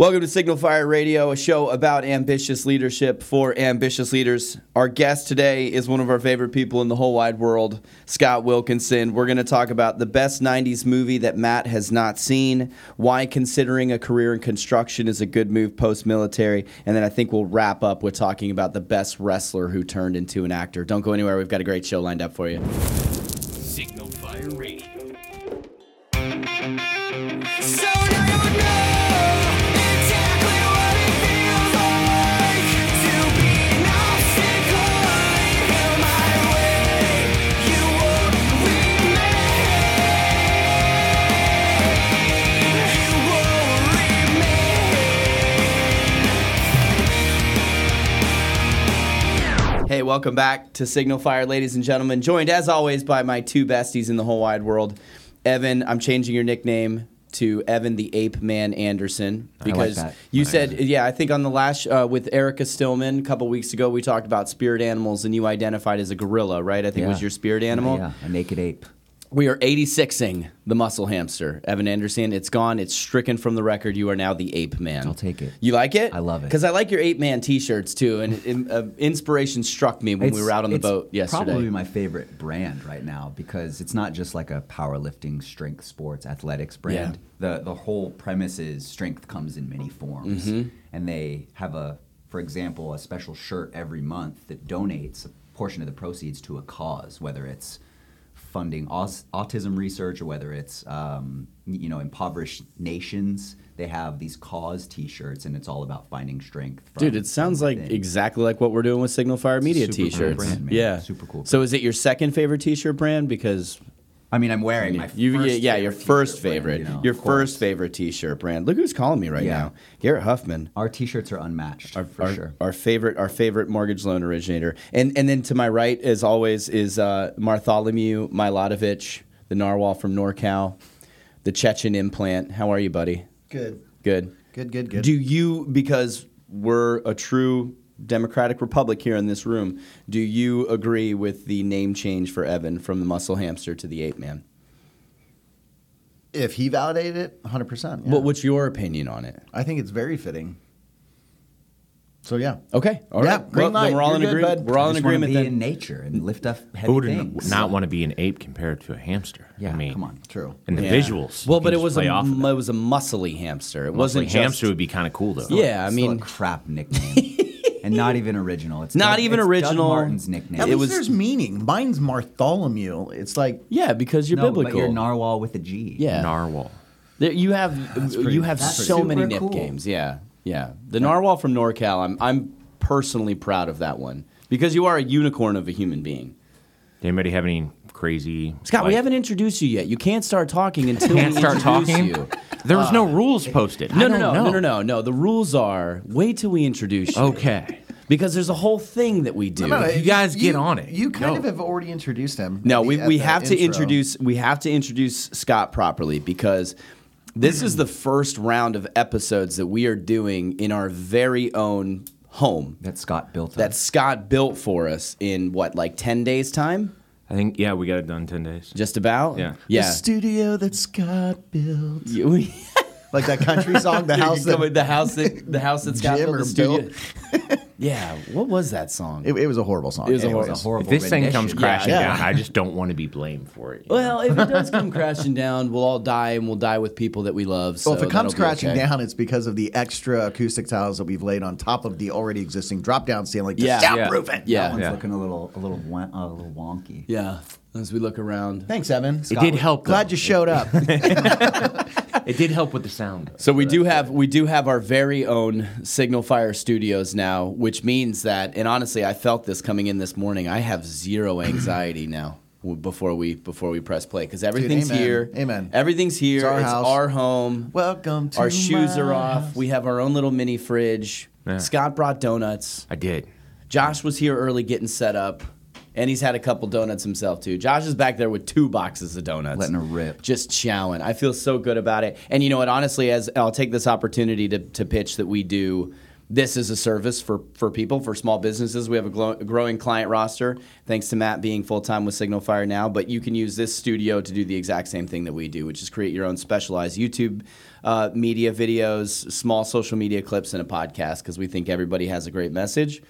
Welcome to Signal Fire Radio, a show about ambitious leadership for ambitious leaders. Our guest today is one of our favorite people in the whole wide world, Scott Wilkinson. We're going to talk about the best 90s movie that Matt has not seen, why considering a career in construction is a good move post military, and then I think we'll wrap up with talking about the best wrestler who turned into an actor. Don't go anywhere, we've got a great show lined up for you. Signal Fire Radio. So now you know exactly what it feels like to be an obstacle. You're my way. You won't remain. You won't Hey, welcome back to Signal Fire, ladies and gentlemen. Joined as always by my two besties in the whole wide world. Evan, I'm changing your nickname to Evan the Ape Man Anderson because that. you said, yeah, I think on the last uh, with Erica Stillman a couple weeks ago, we talked about spirit animals and you identified as a gorilla, right? I think was Yeah. your spirit animal. Yeah, a naked ape. We are 86ing the muscle hamster, Evan Anderson. It's gone. It's stricken from the record. You are now the ape man. I'll take it. You like it? I love it. Because I like your ape man T-shirts too, and in, uh, inspiration struck me when we It's- were out on the it's boat yesterday. Probably my favorite brand right now because it's not just like a powerlifting, strength, sports, athletics brand. The the whole premise is strength comes in many forms, Mm-hmm. and they have a, for example, a special shirt every month that donates a portion of the proceeds to a cause, whether it's funding aus- autism research or whether it's um, you know impoverished nations. They have these cause T-shirts, and it's all about finding strength. From, Dude, it sounds from like within. exactly like what we're doing with Signal Fire Media super cool T-shirts. brand, man. yeah, Super cool So is it your second favorite T-shirt brand? Because I mean, I'm wearing my you, first yeah, yeah, your favorite first t-shirt brand, favorite, you know, your of course. first favorite T-shirt brand. Look who's calling me right Yeah. now, Garrett Huffman. Our t-shirts are unmatched for our, sure. our favorite our favorite mortgage loan originator and and then to my right as always is uh, Martholomew Milotovic the narwhal from NorCal the Chechen implant how are you buddy Good. good Good, good, good. do you because we're a true democratic republic here in this room do you agree with the name change for Evan from the muscle hamster to the ape man if he validated it, 100%. yeah. what, what's your opinion on it I think it's very fitting. So, yeah. okay all right. Yeah, well, then green light. we're all You're in good, agreement bud. we're all I in just wanna agreement be then in nature and lift up heavy Who would n- things. not want to be an ape compared to a hamster? I Yeah, mean, come on. True. And the Yeah. visuals. Well, you but can it just was a play off of m- that. it was a muscly hamster. It Like, wasn't just, hamster would be kind of cool though. Yeah, I Still mean, a crap nickname, and not even original. It's Not Doug- even it's original. Doug Martin's At nickname. It least was- there's meaning. Mine's Martholomew. It's like, yeah, because you're no, biblical. but you're narwhal with a G. yeah, narwhal. There- you have you have that's so super many nip cool. games. Yeah, yeah. The narwhal from NorCal. I'm I'm personally proud of that one because you are a unicorn of a human being. Did anybody have any crazy? Scott, we like- haven't introduced you yet. You can't start talking until Can't we start introduce talking. you. Uh, There was no rules posted. No, I no, don't no, know. no, no, no, no. The rules are wait till we introduce you. Okay. Because there's a whole thing that we do. No, You guys get on it. You kind No. of have already introduced him. No, at we, the- at we the have to intro. introduce we have to introduce Scott properly because this is the first round of episodes that we are doing in our very own home that Scott built. that us. Scott built for us in what like 10 days time I think yeah, we got it done ten days. just about Yeah. The yeah studio that Scott built. You- Like that country song, The You House come That. with the house that the house that Scott Jim built or the studio. Bill? yeah what was that song It, it was a horrible song. It was a Anyways. horrible- a horrible. If this thing comes rendition. crashing Yeah. down, I just don't want to be blamed for it. you know? well if it does come crashing down we'll all die and we'll die with people that we love so Well, if it comes that'll be crashing okay. down, it's because of the extra acoustic tiles that we've laid on top of the already existing drop down ceiling to Yeah. soundproof it. that yeah one's yeah, Yeah. looking a little, a little, won- a little wonky. as we look around Thanks, Evan. it did help. Though. Glad you showed up. It did help with the sound. So we do have we do have our very own Signal Fire Studios now, which means that, and honestly, I felt this coming in this morning. I have zero anxiety now w- before we before we press play because everything's amen. here. Amen. Everything's here. It's our our, house. home. Welcome to our shoes my are off. We have our own little mini fridge. Yeah. Scott brought donuts. I did. Josh was here early getting set up, and he's had a couple donuts himself too. Josh is back there with two boxes of donuts, Letting her rip. just chowing. I feel so good about it. And you know what? Honestly, as I'll take this opportunity to to pitch that we do this is a service for, for people, for small businesses. We have a glo- growing client roster, thanks to Matt being full time with Signal Fire now. But you can use this studio to do the exact same thing that we do, which is create your own specialized YouTube uh, media videos, small social media clips, and a podcast because we think everybody has a great message.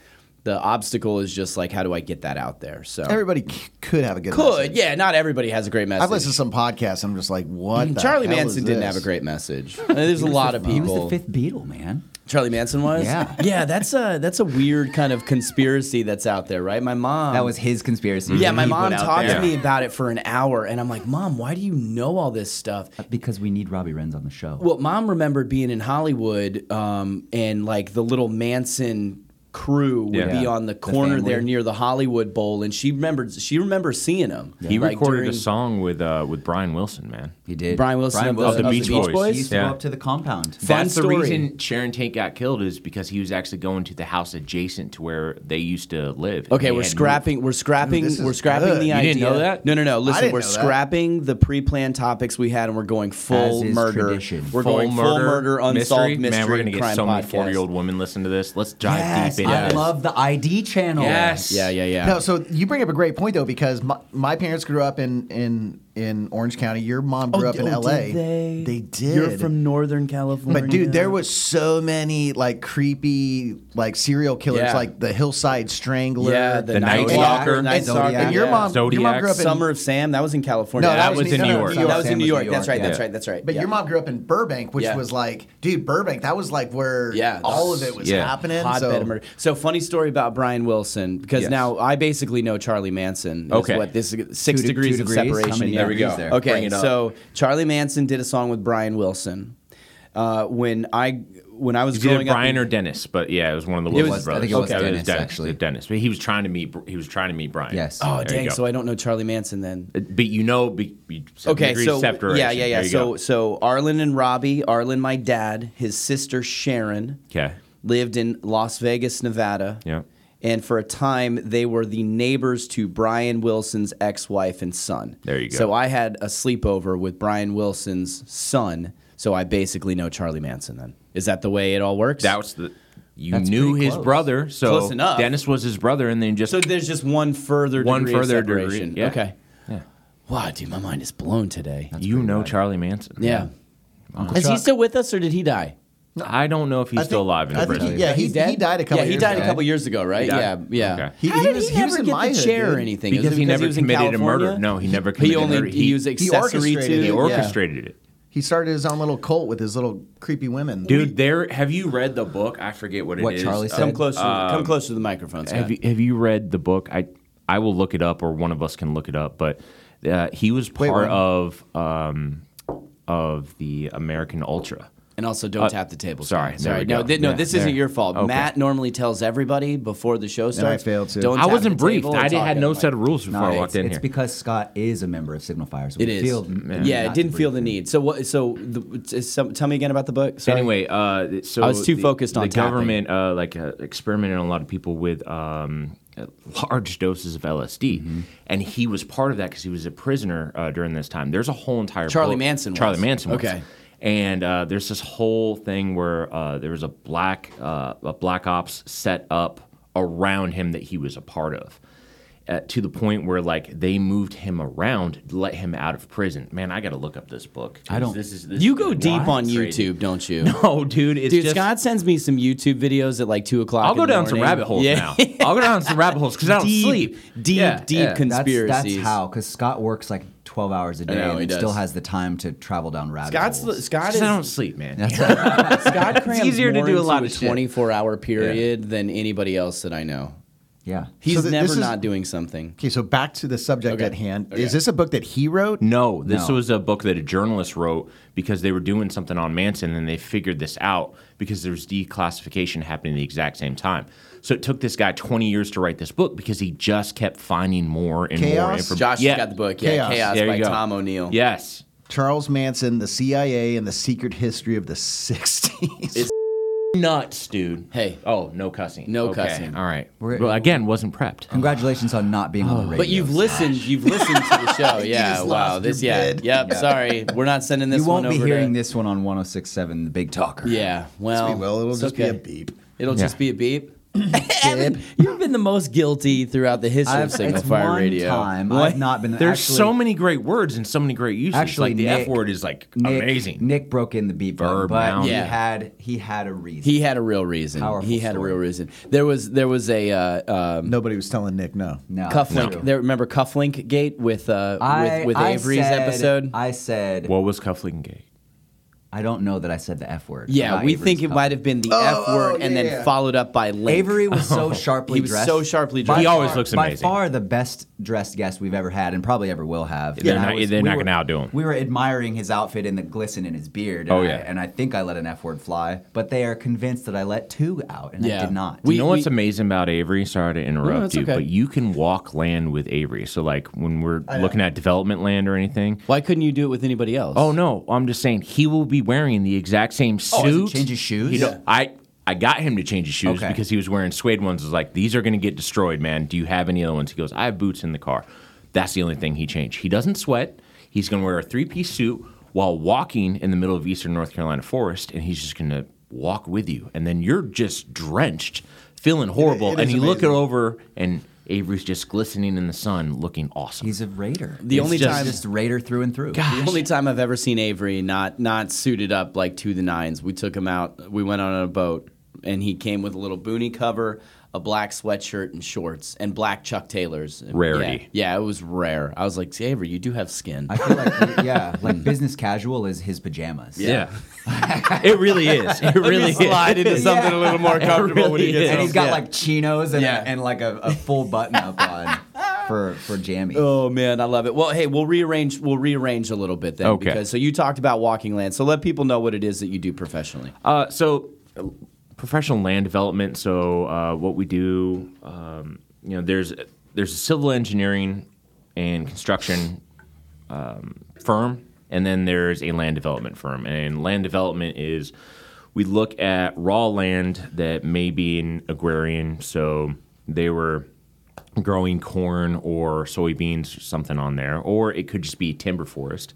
The obstacle is just like, how do I get that out there? So Everybody c- could have a good could, message. yeah, not everybody has a great message. I've listened to some podcasts. I'm just like, what? Mm, the Charlie hell is Manson didn't this? have a great message. Uh, There's a lot of He was people. the fifth Beatle, man. Charlie Manson was. Yeah. yeah. That's a that's a weird kind of conspiracy that's out there, right? My mom. That was his conspiracy. Yeah, my He put mom out talked to there. me about it for an hour, and I'm like, Mom, why do you know all this stuff? because we need Robbie Renz on the show. Well, mom remembered being in Hollywood, um, and like the little Manson crew would Yeah. be on the corner family. there near the Hollywood Bowl, and she remembered she remembers seeing him. He like, recorded during- a song with uh, with Brian Wilson, man. he did. Brian Wilson of the- of the Beach Boys. He used to Yeah. go up to the compound. Fun That's story. the reason Sharon Tate got killed is because he was actually going to the house adjacent to where they used to live. and Okay, they we're had moved. scrapping, we're scrapping. Dude, this is We're scrapping good. the You idea. didn't know that? No, no, no. Listen, didn't we're know that. scrapping the pre-planned topics we had, and we're going full As is murder. tradition. We're Full going full murder, unsolved mystery, Man, we're gonna get crime so many podcast. forty-year-old women listen to this. Let's dive Yes, deep into I this. love the ID channel. Yes. Yeah, yeah, yeah. No, so you bring up a great point though, because my, my parents grew up in in in Orange County. Your mom grew up in L.A. Oh, They, did. You're from Northern California, But dude, there was so many like creepy like serial killers, Yeah. like the Hillside Strangler. yeah the, The Night Night Stalker, Stalker, Night and- Stalker, and your yeah. mom, your mom Zodiac, grew up in Summer of Sam. That was in California. No, that was in no, New no, York. New York. That was in Sam New was York. New That's York, right. That's yeah. right. That's right. But yeah. your mom grew up in Burbank, which Yeah. was like, dude, Burbank. That was like where Yeah, all of that's- it was yeah. happening. Hotbed so of murder. So funny story about Brian Wilson because Yes. now I basically know Charlie Manson. is Okay. what this is- six Two de- degrees two of degrees? How separation. many yeah. There we degrees go. there? Bring Okay, it up. so Charlie Manson did a song with Brian Wilson. Uh, when I when I was It's either growing Brian up, or Dennis, but yeah, it was one of the It Wilson was- brothers. I think it was Yeah, Dennis, actually. Dennis, but he was trying to meet. He was trying to meet Brian. Yes. oh There you dang, go. so I don't know Charlie Manson then. But you know, be, be Okay, degrees so separation. yeah, yeah, yeah. There you So go. so Arlen and Robbie, Arlen, my dad, his sister Sharon, okay, lived in Las Vegas, Nevada. Yeah. And for a time, they were the neighbors to Brian Wilson's ex-wife and son. There you go. So I had a sleepover with Brian Wilson's son. So I basically know Charlie Manson. Then is that the way it all works? that was the. You That's knew pretty his close. brother, so Close enough. Dennis was his brother, and then just so. There's just one further One degree of further degree, separation. yeah. Okay. Yeah. Wow, dude, my mind is blown today. you know Charlie Manson. Yeah. Is he Chuck. still with us, or did he die? I don't know if he's I still think- alive in I think prison. he- yeah, he, He's dead? he died a couple. Yeah, he years died ago. a couple years ago, right? Yeah, died? yeah. Okay. He- How he did was- he, he was never in get my the hood, chair or dude. anything? Is because it he never was in committed a murder. California? No, he never He committed a only murder. he, was accessory orchestrated to it. he yeah. orchestrated it. He started his own little cult with his little creepy women. Dude, there. Have you read the book? I forget what, What it is. Charlie Uh, said? Come closer. come closer to the microphone. Scott. Have you Have you read the book? I I will look it up, or one of us can look it up. But uh, he was Wait, part wait. of um, of the American Ultra. and also, don't tap the table. Scott. Uh, sorry, there sorry. we No, go. thi- no, Yeah, this there. isn't your fault. Okay. Matt normally tells everybody before the show starts. failed to. Don't I tap wasn't the briefed. table or I did, talk had at no the mic. set of rules before No, I it's, walked in it's here. because Scott is a member of Signal Fire. So It we is. Mm-hmm. feel- yeah, not it to didn't feel breathe the in. need. So what? So, the, is some, tell me again about the book. Sorry. Anyway, uh, th- so I was too the- focused on the tapping. government, uh, like uh, experimented on a lot of people with um, uh, large doses of LSD, Mm-hmm. and he was part of that because he was a prisoner uh, during this time. There's a whole entire Charlie book- Manson was. Charlie Manson. was. Okay. And uh, there's this whole thing where uh, there was a black uh, a black ops set up around him that he was a part of. Uh, to the point where like they moved him around, to let him out of prison. Man, I got to look up this book. 'cause I don't- This is, this you is go deep wild. on Crazy. YouTube, don't you? No, Oh, dude, it's Dude, just Scott sends me some YouTube videos at like two o'clock. I'll go in the down some morning. rabbit holes Yeah. now. I'll go down some rabbit holes because I don't Deep, sleep. deep, Yeah, deep yeah. conspiracies. That's, that's how, because Scott works like 12 hours a day know, he and does. still has the time to travel down rabbit Scott's holes. Scott It's 'cause is I don't sleep, man. Scott crams easier to more do a into lot a of shit. 24 hour period than anybody else that I know. yeah. He's th- never this is- not doing something. Okay, so back to the subject Okay. at hand. Okay. Is this a book that he wrote? No, this No. was a book that a journalist wrote because they were doing something on Manson and they figured this out because there was declassification happening at the exact same time. So it took this guy 20 years to write this book because he just kept finding more and more Chaos? information. Josh yeah. has got the book. Yeah, Chaos, Chaos. There you by go. Tom O'Neill. Yes. Charles Manson, the CIA, and the Secret History of the '60s. Nuts, dude. Hey. Oh, no cussing. No Okay, cussing. All right. We're- well, again, wasn't prepped. Congratulations on not being on the radio. But you've listened. You've listened to the show. Yeah. just Wow. lost This. your Yeah. bid. Yep. Sorry, we're not sending this You won't one be over. hearing to, this one on 1067, The Big Talker. Yeah. Well. well, it'll it's just okay. be a beep. It'll Yeah. just be a beep. Evan, you've been the most guilty throughout the history I've, of Signal it's Fire one Radio. time What? I've not been. There's actually, so many great words and so many great uses. Actually, like the Nick- F word is like Nick, amazing. Nick broke in the beat button, Verb but noun. he Yeah. had he had a reason. He had a real reason. Powerful he had story. a real reason. There was there was a uh, um, Nobody was telling Nick no. no, cufflink. true. There, remember cufflink gate with uh, I, with, with I Avery's said- episode. I said what was cufflinking gay? I don't know that I said the f word. yeah, about we Avery's think it cuffing. might have been the F oh, word and yeah, then yeah. followed up by link. Avery was so sharply He was dressed. so sharply By dressed. He always far- looks amazing. By far the best dressed guest we've ever had and probably ever will have. They're And I not- they're not were- gonna outdo him. We were admiring his outfit and the glisten in his beard. and Oh, I- yeah. and I think I let an F word fly, but they are convinced that I let two out and Yeah. I did not. We- you know what's we- amazing about Avery? Sorry to interrupt it's you, okay. but you can walk land with Avery. So like when we're looking at development land or anything. Why couldn't you do it with anybody else? Oh no, I'm just saying he will be wearing the exact same suit. does he change his shoes? He don't- Yeah. I I got him to change his shoes Okay. because he was wearing suede ones. I was like, these are gonna get destroyed, man. Do you have any other ones? He goes, I have boots in the car. That's the only thing he changed. He doesn't sweat. He's gonna wear a three piece suit while walking in the middle of eastern North Carolina forest, and he's just gonna walk with you. And then you're just drenched, feeling horrible, it and is you look it amazing. over and Avery's just glistening in the sun, looking awesome. He's a raider. The He's only just, time- just raider through and through. The only time I've ever seen Avery not not suited up like to the nines. We took him out. We went on a boat, and he came with a little boonie cover, a black sweatshirt and shorts, and black Chuck Taylors. Rarity. Yeah, yeah it was rare. I was like, "See, Avery, you do have skin. I feel like, he- yeah, like business casual is his pajamas. Yeah. it really is. It really slide is. into something a little more comfortable when he really gets And home. he's got Yeah. like chinos and, a- Yeah. and like a, a full button up on for, for jammy. Oh man, I love it. Well, hey, we'll rearrange. We'll rearrange a little bit then. Okay. Because, so you talked about walking land. So let people know what it is that you do professionally. Uh, so, uh, professional land development. So, uh, what we do, um, you know, there's there's a civil engineering and construction um, firm, and then there's a land development firm. And land development is we look at raw land that may be an agrarian. So they were growing corn or soybeans or something on there, or it could just be timber forest.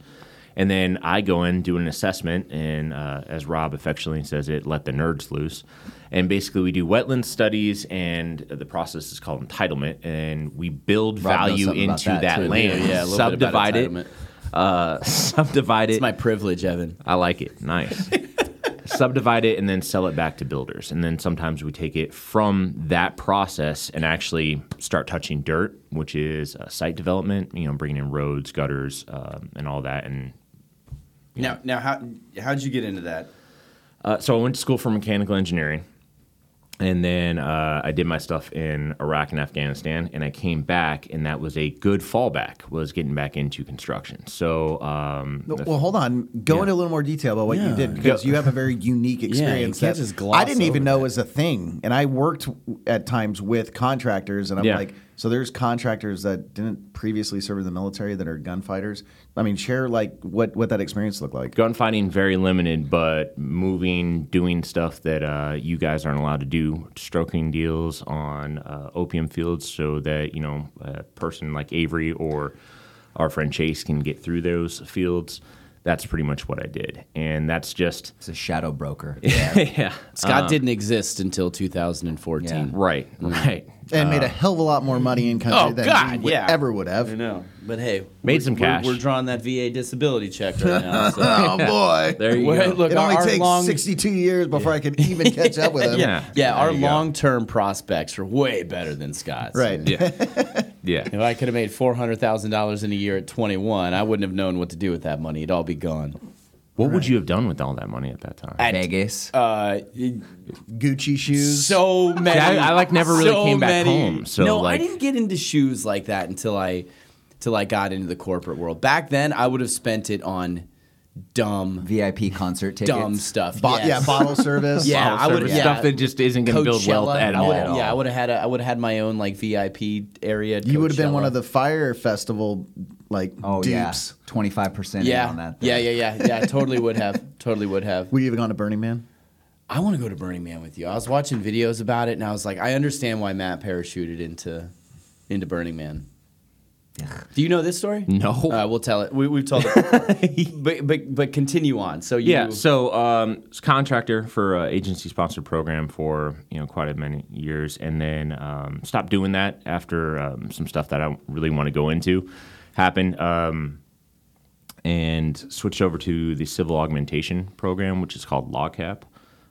And then I go in, do an assessment, and uh, as Rob affectionately says it, let the nerds loose. And basically, we do wetland studies, and the process is called entitlement, and we build Rob knows value something about into that, that, too. land, Yeah, yeah, a little bit about subdivide entitlement. it, uh, subdivide it. It's my privilege, Evan. I like it. Nice. Subdivide it and then sell it back to builders. And then sometimes we take it from that process and actually start touching dirt, which is uh, site development, you know, bringing in roads, gutters, um, and all that. And Now, now, how how'd you get into that? uh, so I went to school for mechanical engineering. And then uh, I did my stuff in Iraq and Afghanistan, and I came back, and that was a good fallback was getting back into construction. So um, No, Well, hold on. Go Yeah. into a little more detail about what you Yeah. did because you have a very unique experience. can't that just gloss I didn't even over know that. was a thing, and I worked w- at times with contractors, and I'm Yeah. like, so there's contractors that didn't previously serve in the military that are gunfighters. I mean, share like what what that experience looked like. gunfighting very limited, but moving, doing stuff that uh, you guys aren't allowed to do, stroking deals on uh, opium fields, so that you know a person like Avery or our friend Chase can get through those fields. That's pretty much what I did, and that's just It's a shadow broker. yeah, Scott didn't exist until 2014. right, Mm. right. And made a hell of a lot more money in country Uh, Oh, than God, we would- yeah. ever would I have. know, but hey, Made we're- some we're- cash. We're, drawing that VA disability check right now. So. Oh boy. There you Well, go. look, it only our takes long, 62 years before I can even catch up with him. yeah, yeah, our there you go. long-term prospects are way better than Scott's. Right. yeah, yeah. If I could have made four hundred thousand dollars in a year at twenty-one, I wouldn't have known what to do with that money. It'd all be gone. What would you have done with all that money at that time? Vegas. Uh, Gucci shoes. so many. I, like never really so came back many- home. So no, I like, didn't get into shoes like that until I, till I got into the corporate world. Back then, I would have spent it on dumb, VIP concert tickets. dumb stuff. Bo- Yes. Yeah, bottle service. Yeah. bottle I would've- service yeah. stuff that just isn't going to build wealth Coachella. at I all. would've- Yeah, I would have had a, I would have had my own like VIP area. at You would have been Coachella. one of the fire festival like Oh, dupes. yeah. 25% in Yeah, on that. thing. yeah, yeah, yeah, yeah. I totally would have. Totally would have. Were you even gone to Burning Man? I want to go to Burning Man with you. I was watching videos about it, and I was like, I understand why Matt parachuted into into Burning Man. Do you know this story? No. Uh, we'll tell it. We, we've told it. but, but but continue on. So you, Yeah, so um, s- contractor for uh, agency sponsored program for you know quite a many years, and then um, stopped doing that after um, some stuff that I don't really want to go into happened, um, and switched over to the civil augmentation program, which is called LogCap,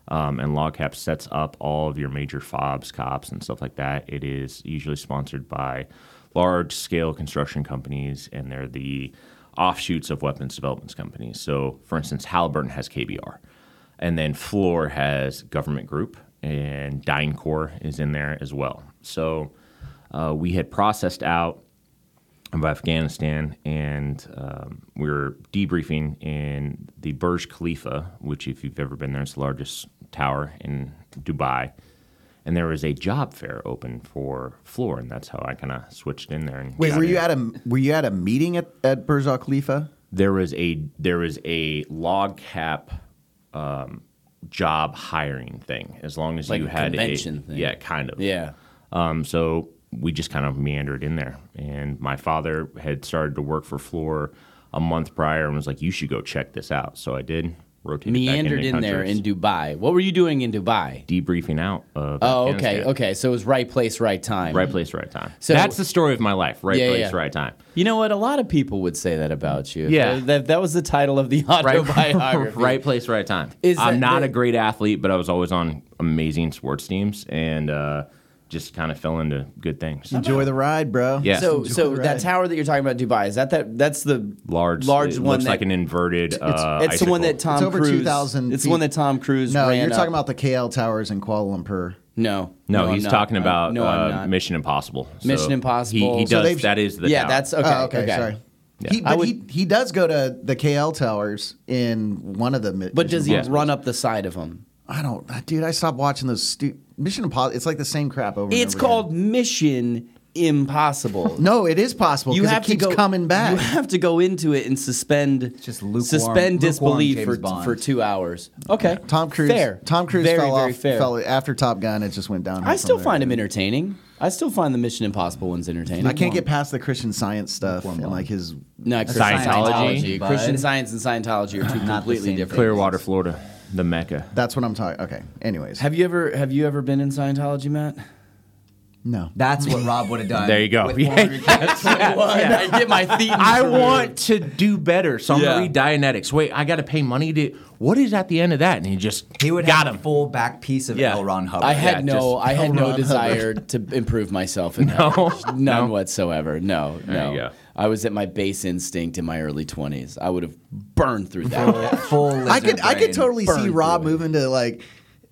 um, and LogCap sets up all of your major fobs, cops, and stuff like that. It is usually sponsored by large scale construction companies, and they're the offshoots of weapons development companies. So, for instance, Halliburton has KBR, and then Floor has Government Group, and DynCorp is in there as well. So, uh, we had processed out of Afghanistan, and um, we were debriefing in the Burj Khalifa, which, if you've ever been there, it's the largest tower in Dubai. And there was a job fair open for Floor, and that's how I kind of switched in there. And Wait, got were you in. at a were you at a meeting at at Burj Al Khalifa? there was a there was a log cap um, job hiring thing as long as Like you a had convention a thing. yeah kind of yeah. um, so we just kind of meandered in there and my father had started to work for floor a month prior and was like you should go check this out so i did rotated back Meandered into in there countries, in Dubai. What were you doing in Dubai? debriefing out of Oh, okay, Afghanistan. okay. So it was right place, right time. right place right time So- so that's the story of my life right Yeah, yeah. place right time You know what? A lot of people would say that about you. Yeah. That, that was the title of the autobiography. right place, right time. Is that I'm not the- a great athlete, but I was always on amazing sports teams and uh, just kind of fell into good things. Enjoy the ride, bro. Yeah. So, Enjoy so the that ride. tower that you're talking about, Dubai, is that that? That's the large, large it one looks that- like an inverted. It's, uh, it's the one that icicle. Tom It's over Cruise. 2,000 It's the one feet. that Tom Cruise. No, ran you're talking up. about the KL towers in Kuala Lumpur. No, No, I'm he's not. talking I'm- about no, I'm uh, not. Mission Impossible. So Mission he- Impossible. He, So does. they've- that is the yeah, tower. that's okay. oh, okay, sorry. He, I but would- he, he does go to the KL towers in one of the. mi- But does he Yeah. run up the side of him? I don't, dude. I stopped watching those. Stu- Mission Impossible. It's like the same crap over. and It's over called Again. Mission Impossible. No, it is possible. You have it keeps to go, coming back. You have to go into it and suspend just lukewarm- lukewarm suspend disbelief James for Bond. for two hours. Okay, Tom Cruise. Fair. Tom Cruise Very, fell very off. Fair. Fell after Top Gun. It just went down. I still find him entertaining. I still find the Mission Impossible ones entertaining. I can't get past the Christian Science stuff Lukewarm and like Bond. his. No, Christian Scientology, Scientology. bud. Christian Science and Scientology are two Not the completely same different. thing. Clearwater, Florida, the Mecca. That's what I'm talking. Okay. Anyways, Have you ever have you ever been in Scientology, Matt? no. That's what Rob would have done. There you go. with Yeah. 400K. I get my thetan I through. want to do better, so I'm Yeah. gonna read Dianetics. Wait, I gotta pay money to. What is at the end of that? And he just He would got have him. a full back piece of Yeah. L. Ron Hubbard. I had Yeah, no just- I had no Ron desire to improve myself in that. No, None whatsoever. No, no. you go. I was at my base instinct in my early twenties. I would have burned through that. full. I could. lizard I could brain. totally see Burned Rob through it. moving to like,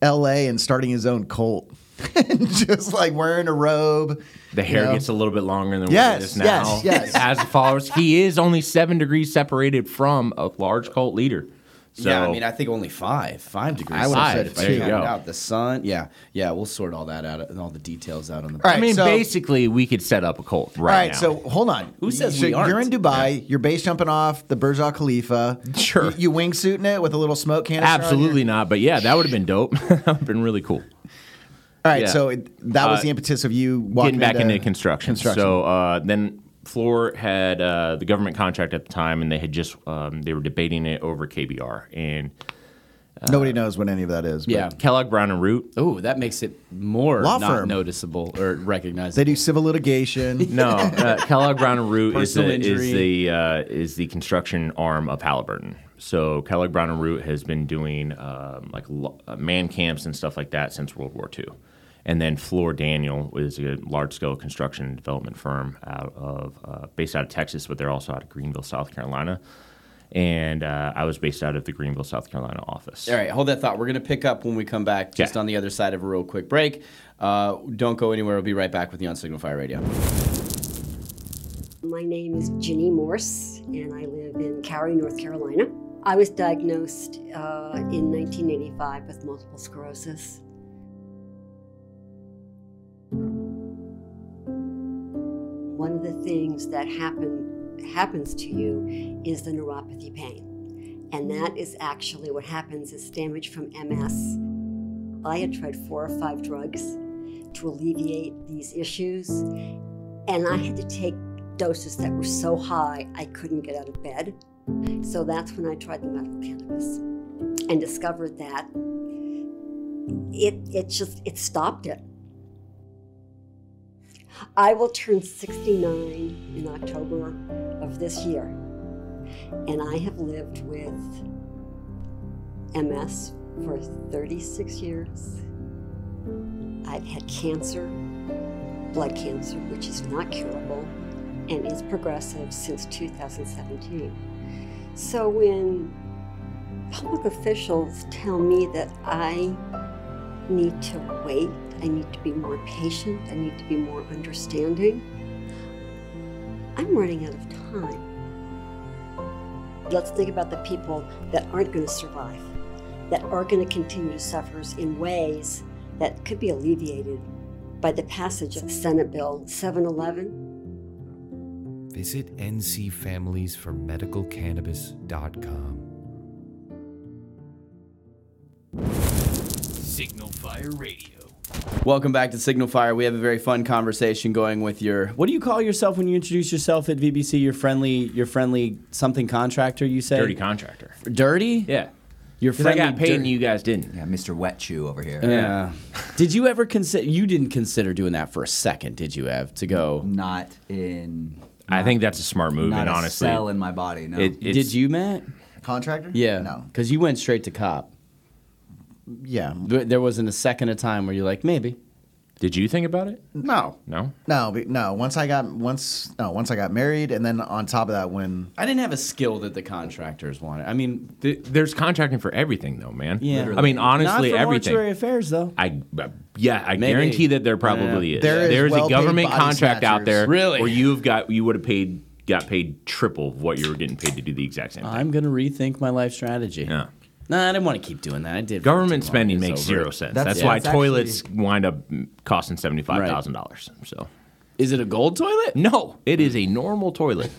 L.A. and starting his own cult, and just like wearing a robe. The hair you know? gets a little bit longer than Yes, what it is now. yes, yes. As the followers, he is only seven degrees separated from a large cult leader. So, yeah, I mean, I think only five, five degrees. I would've Celsius. said If I two. counted There you go. Out the sun. Yeah, yeah. We'll sort all that out and all the details out on the. All I right, mean, so- basically, we could set up a cult right All right, now. so hold on. Who says so we aren't? You're in Dubai. You're base jumping off the Burj Al Khalifa. Sure. You, you wingsuiting it with a little smoke canister. on absolutely your- not. But yeah, that would have been dope. that would have been really cool. All right. Yeah. So it, that was Uh, the impetus of you walking Getting back into, into, construction. construction. So uh, then, Floor had uh, the government contract at the time, and they had just um, they were debating it over KBR and Nobody knows what any of that is. but Yeah. Kellogg Brown and Root. Oh, that makes it more Law not firm. noticeable or recognizable. They do civil litigation. No, uh, Kellogg Brown and Root is Personal the, is injury. the uh, is the construction arm of Halliburton. So Kellogg Brown and Root has been doing um, like lo- uh, man camps and stuff like that since World War II. And then Floor Daniel is a large scale construction and development firm out of uh, based out of Texas, but they're also out of Greenville, South Carolina. And uh, I was based out of the Greenville, South Carolina office. All right, hold that thought. We're going to pick up when we come back, just Yeah. on the other side of a real quick break. Uh, don't go anywhere. We'll be right back with you on Signal Fire Radio. My name is Ginny Morse, and I live in Cary, North Carolina. I was diagnosed uh, in 1985 with multiple sclerosis. One of the things that happen, happens to you is the neuropathy pain, and that is actually what happens is damage from MS. I had tried four or five drugs to alleviate these issues, and I had to take doses that were so high I couldn't get out of bed. So that's when I tried the medical cannabis and discovered that it it just it stopped it. I will turn 69 in October of this year. And I have lived with MS for 36 years. I've had cancer, blood cancer, which is not curable and is progressive since 2017. So when public officials tell me that I need to wait, I need to be more patient, I need to be more understanding, I'm running out of time. Let's think about the people that aren't going to survive, that are going to continue to suffer in ways that could be alleviated by the passage of Senate Bill 711 Visit ncfamiliesformedicalcannabis.com. Signal Fire Radio. Welcome back to Signal Fire. We have a very fun conversation going with your. What do you call yourself when you introduce yourself at VBC? Your friendly, your friendly something contractor. You say Dirty contractor. Dirty? Yeah. Your Because I friendly. got paid dir- and you guys didn't. Yeah, Mr. Wet Chew over here. Yeah. did you ever consider? You didn't consider doing that for a second, did you, Ev? To go. Not in. I think that's a smart move, Not and a honestly, cell in my body. No. it, it's, Did you, Matt? Contractor? Yeah. No. Because you went straight to cop. Yeah. Th- There wasn't a second of time where you're like, maybe. Did you think about it? No. No. No, be- no. Once I got once no, once I got married, and then on top of that, when I didn't have a skill that the contractors wanted. I mean, Th- There's contracting for everything, though, man. Yeah. Literally. I mean, not honestly, for everything. mortuary affairs though. I uh, yeah, I Maybe. guarantee that there probably is. There is There is a well-paid government body contract out there snatchers. Really? where you've got you would have paid got paid triple of what you were getting paid to do the exact same thing. I'm gonna rethink my life strategy. Yeah. No, I didn't want to keep doing that. I did. Government for too long. spending It's makes over. zero sense. That's- That's, yeah, why it's toilets wind up costing seventy five thousand dollars. So Is it a gold toilet? no, it is a normal toilet,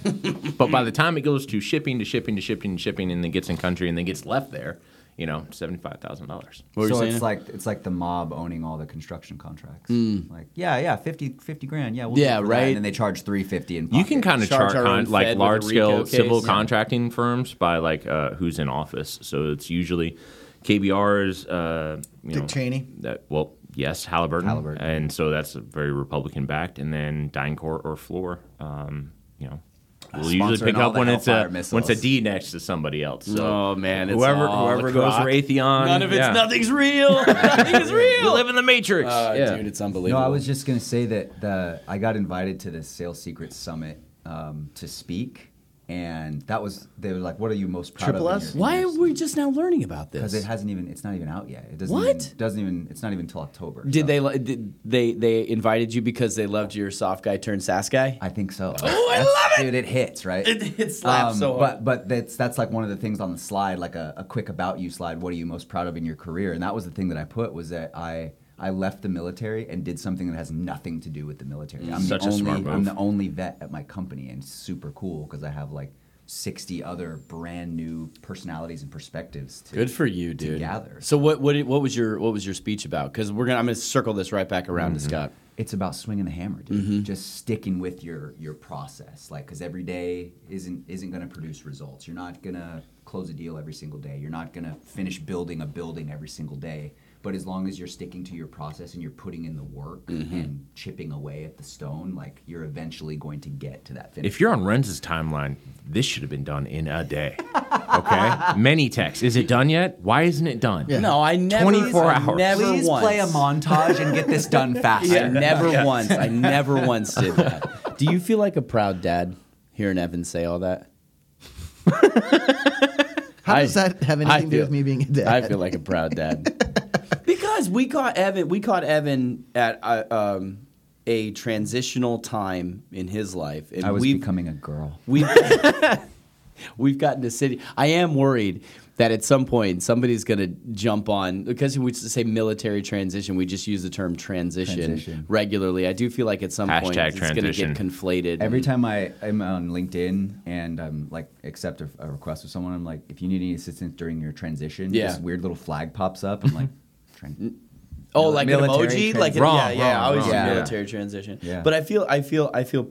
but by the time it goes to shipping to shipping to shipping to shipping and then gets in country and then gets left there, you know, seventy five thousand dollars. What were you so saying? it's like it's like the mob owning all the construction contracts. Like, yeah, yeah, 50, 50 grand. Yeah, we'll Hmm. Yeah, do it for that. right. And then they charge three fifty in. You pocket. can kind of Charge our chart own con- Fed like with large a RICO scale civil case. Yeah. contracting firms by like uh, who's in office. So it's usually KBR's. Uh, you know, Dick Cheney. That well, yes, Halliburton. Halliburton. and so that's very Republican backed. And then DynCorp or Floor. Um, you know, we'll usually Sponsoring pick all up the when it's Hellfire a when it's a missiles. D next to somebody else. So Oh, man, it's whoever all whoever a goes crock. for Atheon, None of it's yeah. nothing's real. Nothing is We real. live in the Matrix. Uh, yeah. Dude, it's unbelievable. No, I was just gonna say that the I got invited to the Sales Secrets Summit um, to speak, and that was they were like, "What are you most proud Triple of?" S? Why are we just now learning about Because this? it hasn't even it's not even out yet. It doesn't What? even, doesn't even it's not even till October. did so. they li- did they they invited you because they loved your soft guy turned sass guy? I think so. Oh, I love it, dude! It hits right. It, it slaps Um, so hard. But but that's that's like one of the things on the slide, like a, a quick about you slide. What are you most proud of in your career? And that was the thing that I put was that I I left the military and did something that has nothing to do with the military. I'm Such the a only, smart move. I'm the only vet at my company, and it's super cool because I have like 60 other brand new personalities and perspectives. To, Good for you, dude. gather. So what what it- what was your what was your speech about? Because we're gonna I'm gonna circle this right back around Mm-hmm. to Scott. it's about swinging the hammer, dude. Mm-hmm. Just sticking with your your process, like because every day isn't isn't going to produce results. You're not going to close a deal every single day. You're not going to finish building a building every single day. But as long as you're sticking to your process and you're putting in the work Mm-hmm. and chipping away at the stone, like you're eventually going to get to that finish. If you're on Renz's timeline, this should have been done in a day. Okay? Many texts. Is it done yet? Why isn't it done? No, I never 24 I hours. Never Please once. play a montage and get this done faster. I never once. I never once did that. Do you feel like a proud dad hearing Evan say all that? how I- does that have I anything to do feel- with me being a dad? I feel like a proud dad. because we caught Evan, we caught Evan at uh, um, a transitional time in his life, and I was we've becoming a girl. we've we've gotten to city. I am worried that at some point somebody's going to jump on because we just say military transition. We just use the term transition, Transition. regularly. I do feel like at some point Hashtag it's going to get transition. conflated. Every time I am on LinkedIn and I'm like accept a, a request of someone, I'm like, if you need any assistance during your transition, Yeah. this weird little flag pops up. I'm like, tran- Oh, like an Military emoji, trans- like Wrong, yeah, yeah. wrong, I always wrong. do Yeah. military transition. Yeah. But I feel, I feel, I feel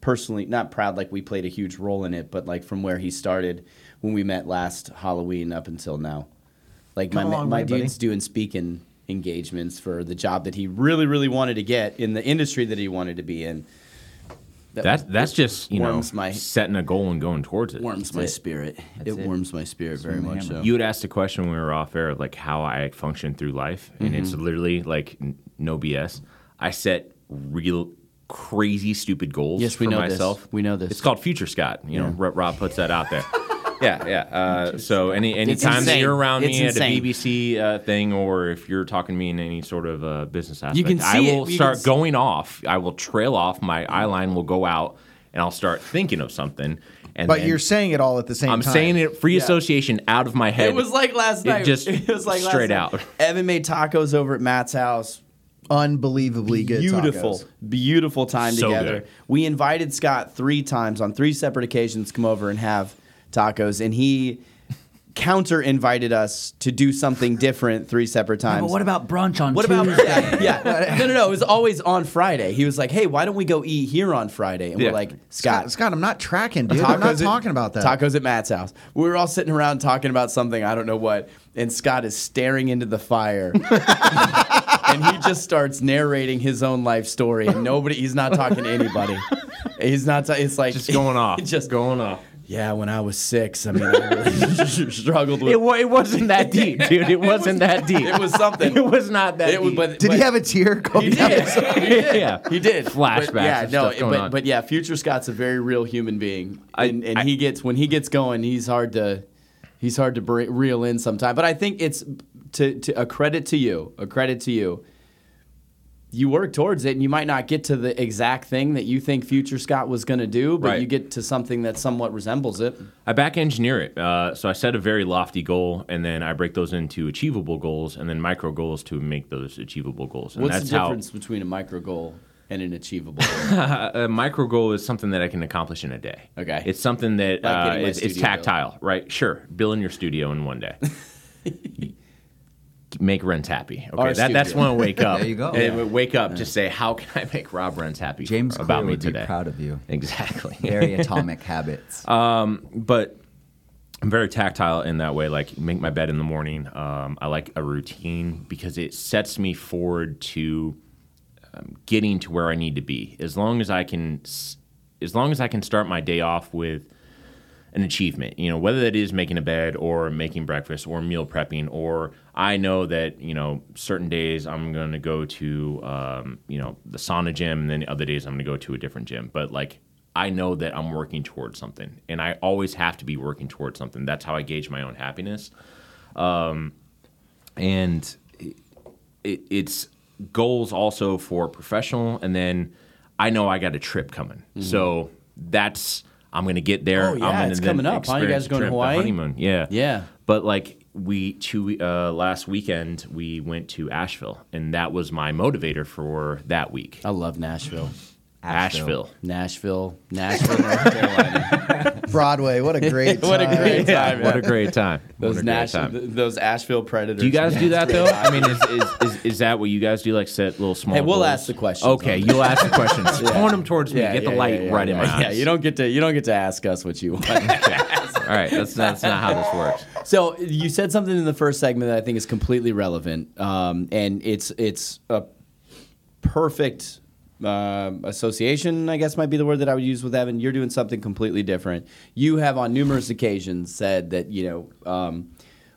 personally not proud like we played a huge role in it, but like from where he started when we met last Halloween up until now. Like Come a my long my way, buddy. dude's doing speaking engagements for the job that he really really wanted to get in the industry that he wanted to be in. That that's just you know warms my- setting a goal and going towards it. warms my spirit. it, it. warms my spirit very the much hammer. so. You had asked a question when we were off air, like how I function through life, Mm-hmm. and it's literally like n- no BS. I set real crazy stupid goals Yes, we for know this. myself. We know this. It's called Future Scott. You know, Rob- Rob puts that out there. yeah, yeah. Uh, so any any It's time that insane. you're around It's me insane. at a BBC uh, thing, or if you're talking to me in any sort of uh, business aspect, can I see it. will You can start see- going off. I will trail off. My eye line will go out, and I'll start thinking of something. And But then you're saying it all at the same I'm time. saying it free association out of my head. It was like last It night. just last straight night. out. Evan made tacos over at Matt's house. Unbelievably good. Beautiful, tacos. beautiful time So together. good. We invited Scott three times on three separate occasions to come over and have tacos, and he counter invited us to do something different three separate times. But what about brunch on What about Tuesday? yeah, yeah? No, no, no. It was always on Friday. He was like, "Hey, why don't we go eat here on Friday?" And Yeah. we're like, "Scott, Scott, Scott, I'm not tracking, dude. I'm not at- talking about that. Tacos at Matt's house. We were all sitting around talking about something, I don't know what, and Scott is staring into the fire. and he just starts narrating his own life story, and nobody, he's not talking to anybody. He's not, ta- it's like, just going off. just going. going off. Yeah, when I was six, I mean, I really struggled with It, wa- it wasn't that deep, dude. It wasn't that deep. It was something. It was not that It was, deep. but, Did but, he have a tear? He going down? did. he did. Yeah. He did. Flashbacks But yeah, and no, stuff going but, on. but yeah, Future Scott's a very real human being, and, and I- he gets when he gets going, he's hard to he's hard to bring, reel in sometimes. But I think it's to, to a credit to you, a credit to you. You work towards it, and you might not get to the exact thing that you think Future Scott was going to do, but Right. you get to something that somewhat resembles it. I back engineer it. Uh, so I set a very lofty goal, and then I break those into achievable goals, and then micro goals to make those achievable goals. And What's that's the difference between a micro goal and an achievable goal? how a micro goal is something that I can accomplish in a day. Okay. It's something that Like uh, getting my it's, it's studio built. tactile, right? Sure, building your studio in one day. make Rents happy. Okay, Our that, that's studio. when I wake up. There you go. And Wake up, just say, how can I make Rob Rents happy? James about Clear me would be today. proud of you. Exactly. Very atomic habits. Um, but I'm very tactile in that way. Like make my bed in the morning. Um, I like a routine because it sets me forward to um, getting to where I need to be. As long as I can, s- as long as I can start my day off with an achievement. You know, whether that is making a bed or making breakfast or meal prepping, or I know that you know certain days I'm going to go to um, you know the sauna gym, and then other days I'm going to go to a different gym. But like I know that I'm working towards something, and I always have to be working towards something. That's how I gauge my own happiness. Um, and it, it's goals also for professional and then i know i got a trip coming so that's i'm gonna get there Mm-hmm. Oh, yeah, i'm gonna it's then coming up, huh? You experience guys going to the trip, the Hawaii? honeymoon yeah Yeah. but like we two uh, last weekend we went to asheville and that was my motivator for that week I love Nashville, asheville, Nashville, Nashville, North Carolina. Broadway. What a great. What a time. great time! what yeah. a great time Those what a Nash, great time. th- those Asheville Predators. do you guys do that though? I mean, is, is, is, is that what you guys do? Like set little small. Hey, we'll goals? ask the questions Okay, on you'll ask the questions. Point them towards me. Yeah, Get the yeah, light yeah, yeah, right yeah, in my Yeah, eyes. you don't get to you don't get to ask us what you want. All right, that's that's not how this works. so you said something in the first segment that I think is completely relevant, um, and it's it's a perfect um association. I guess might be the word that I would use with Evan. You're doing something completely different. You have on numerous occasions said that you know um,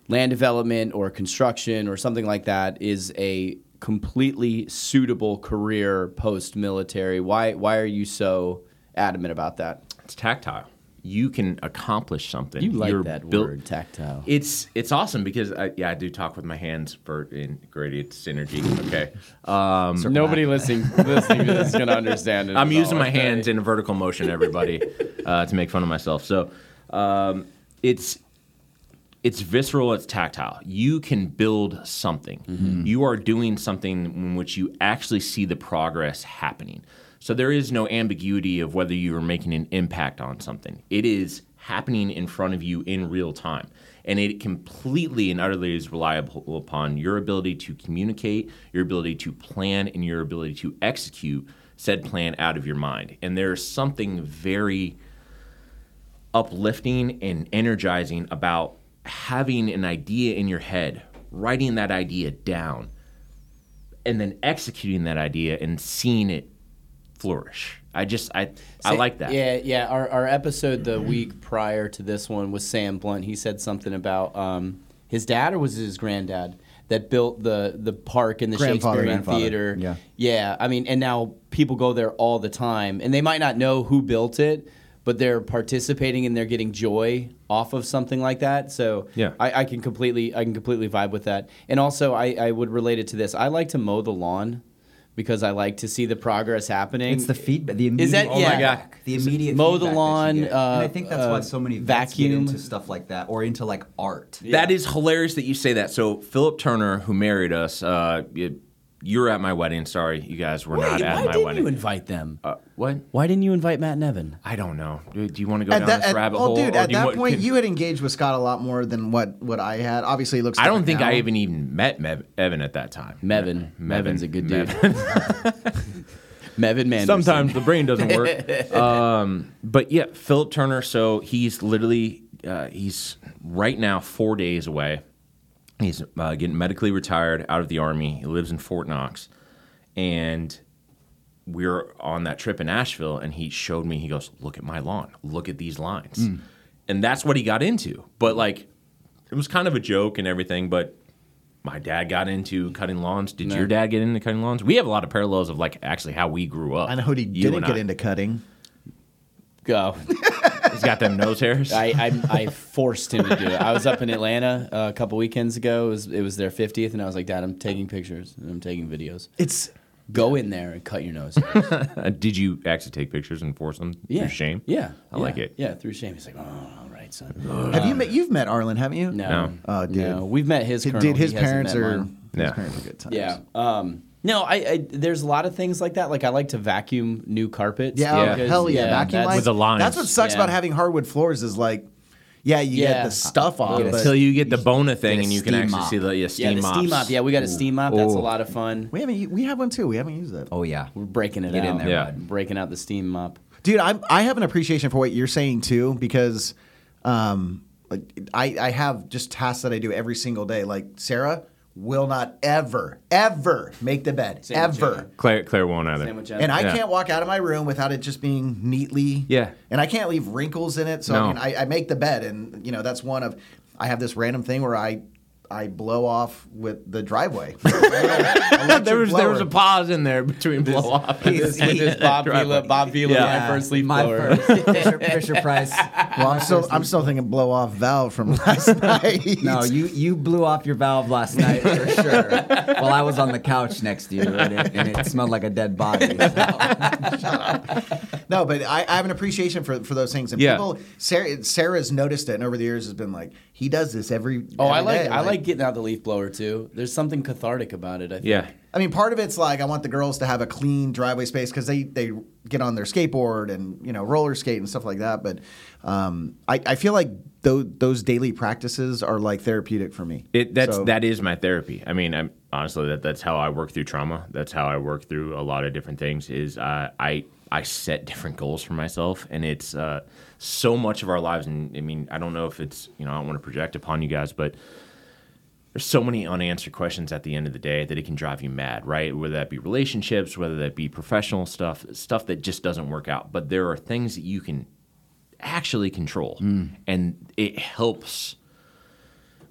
land development or construction or something like that is a completely suitable career post military. Why why are you so adamant about that? It's tactile. You can accomplish something. You like You're that built- word tactile. It's it's awesome because I, yeah, I do talk with my hands for in gradient synergy. Okay, um, Nobody listening listening to this is gonna understand it. I'm at using all. my hands in a vertical motion, everybody, uh, to make fun of myself. So um, it's it's visceral, it's tactile. You can build something. You are doing something in which you actually see the progress happening. So there is no ambiguity of whether you are making an impact on something. It is happening in front of you in real time. And it completely and utterly is reliable upon your ability to communicate, your ability to plan, and your ability to execute said plan out of your mind. And there's something very uplifting and energizing about having an idea in your head, writing that idea down, and then executing that idea and seeing it flourish. I just I I like that. Yeah, yeah. Our, our episode the week prior to this one was Sam Blunt. He said something about um, his dad or was it his granddad that built the the park and the Grandfather. Shakespearean Grandfather, Theater. yeah. yeah. I mean, and now people go there all the time, and they might not know who built it, but they're participating and they're getting joy off of something like that. So Yeah. I, I can completely I can completely vibe with that. And also, I, I would relate it to this. I like to mow the lawn. Because I like to see the progress happening. It's the feedback. The immediate Is that- yeah. Oh feedback, The immediate Mow the feedback that you lawn, get. and uh, I think that's why uh, so many vets get vacuum. into stuff like that or into like art. That is hilarious that you say that. So Philip Turner, who married us, uh, you, you were at my wedding. Sorry, you guys were not at my wedding. invite them? uh, what? Why didn't you invite Matt and Evan? I don't know. Do, do you want to go At down that, this at, rabbit well, hole? dude, or at do you that want- point, you had engaged with Scott a lot more than what what I had. Obviously, it looks. I don't different think now. I even even met Mev- Evan at that time. Mevin. Mevin's a good dude. Mevin. Mevin Manderson. Sometimes the brain doesn't work. um, but yeah, Philip Turner. So he's literally uh, he's right now four days away. He's uh, getting medically retired out of the army. He lives in Fort Knox, and we were on that trip in Asheville, and he showed me. He goes, "Look at my lawn. Look at these lines," and that's what he got into. But like, it was kind of a joke and everything, but. My dad got into cutting lawns. Did your dad get into cutting lawns? We have a lot of parallels of like actually how we grew up. I know he You didn't and get I. into cutting. Go. He's got them nose hairs. I, I, I forced him to do it. I was up in Atlanta uh, a couple weekends ago. It was, it was their 50th, and I was like, Dad, I'm taking pictures and I'm taking videos. It's Go in there and cut your nose. Uh, did you actually take pictures and force them Yeah. through shame? Yeah. I yeah, like it. Yeah, through shame. He's like, oh, all right, son. have you met you've met Arlen, haven't you? No. No. Oh, dude. No. We've met his Did- colonel. Dude, his He hasn't parents met are. mine. Yeah. His parents are good times. Yeah. Um, no, I, I there's a lot of things like that. Like I like to vacuum new carpets. Yeah, oh, Yeah. because- hell yeah, vacuum that's- lines. With the lines. That's what sucks Yeah. about having hardwood floors is like, yeah, you Yeah. get the stuff off, Get a but Until you get the Bona thing a and you can steam actually mop. see the yeah, Yeah, steam the mops. steam mop. Yeah, we got a steam mop. That's a Ooh. lot of fun. we haven't. We have one too. We haven't used that. Oh yeah. We're breaking it Get out. in there, Yeah. bud. Breaking out the steam mop. dude I'm, i have an appreciation for what you're saying too because um, like, I, I have just tasks that i do every single day like sarah will not ever ever make the bed Same with ever Claire, Claire won't either. Sandwich out. and i Yeah. can't walk out of my room without it just being neatly Yeah. and i can't leave wrinkles in it so No. I, mean, I, I make the bed and you know that's one of i have this random thing where i I blow off with the driveway. there was there was a pause in there between blow off. And this is Bob Vila, Bob Vila, Yeah. my first leaf my blower. first Fisher, Fisher Price. Well, I'm still I'm still thinking blow off valve from last night. No, you you blew off your valve last night for sure. While I was on the couch next to you, and it, and it smelled like a dead body. so. No, but I, I have an appreciation for, for those things, and Yeah. people Sarah, Sarah's noticed it, and over the years has been like, he does this every. Oh, I every like day," I like getting out the leaf blower too. There's something cathartic about it. I think. Yeah. I mean, part of it's like I want the girls to have a clean driveway space because they they get on their skateboard and you know roller skate and stuff like that. But um, I I feel like those those daily practices are like therapeutic for me. It, that's So- that is my therapy. I mean, I'm honestly that that's how I work through trauma. That's how I work through a lot of different things. Is uh, I I set different goals for myself, and it's uh, so much of our lives. And I mean, I don't know if it's you know I don't want to project upon you guys, but there's so many unanswered questions at the end of the day that it can drive you mad, right? Whether that be relationships, whether that be professional stuff, stuff that just doesn't work out. But there are things that you can actually control, and it helps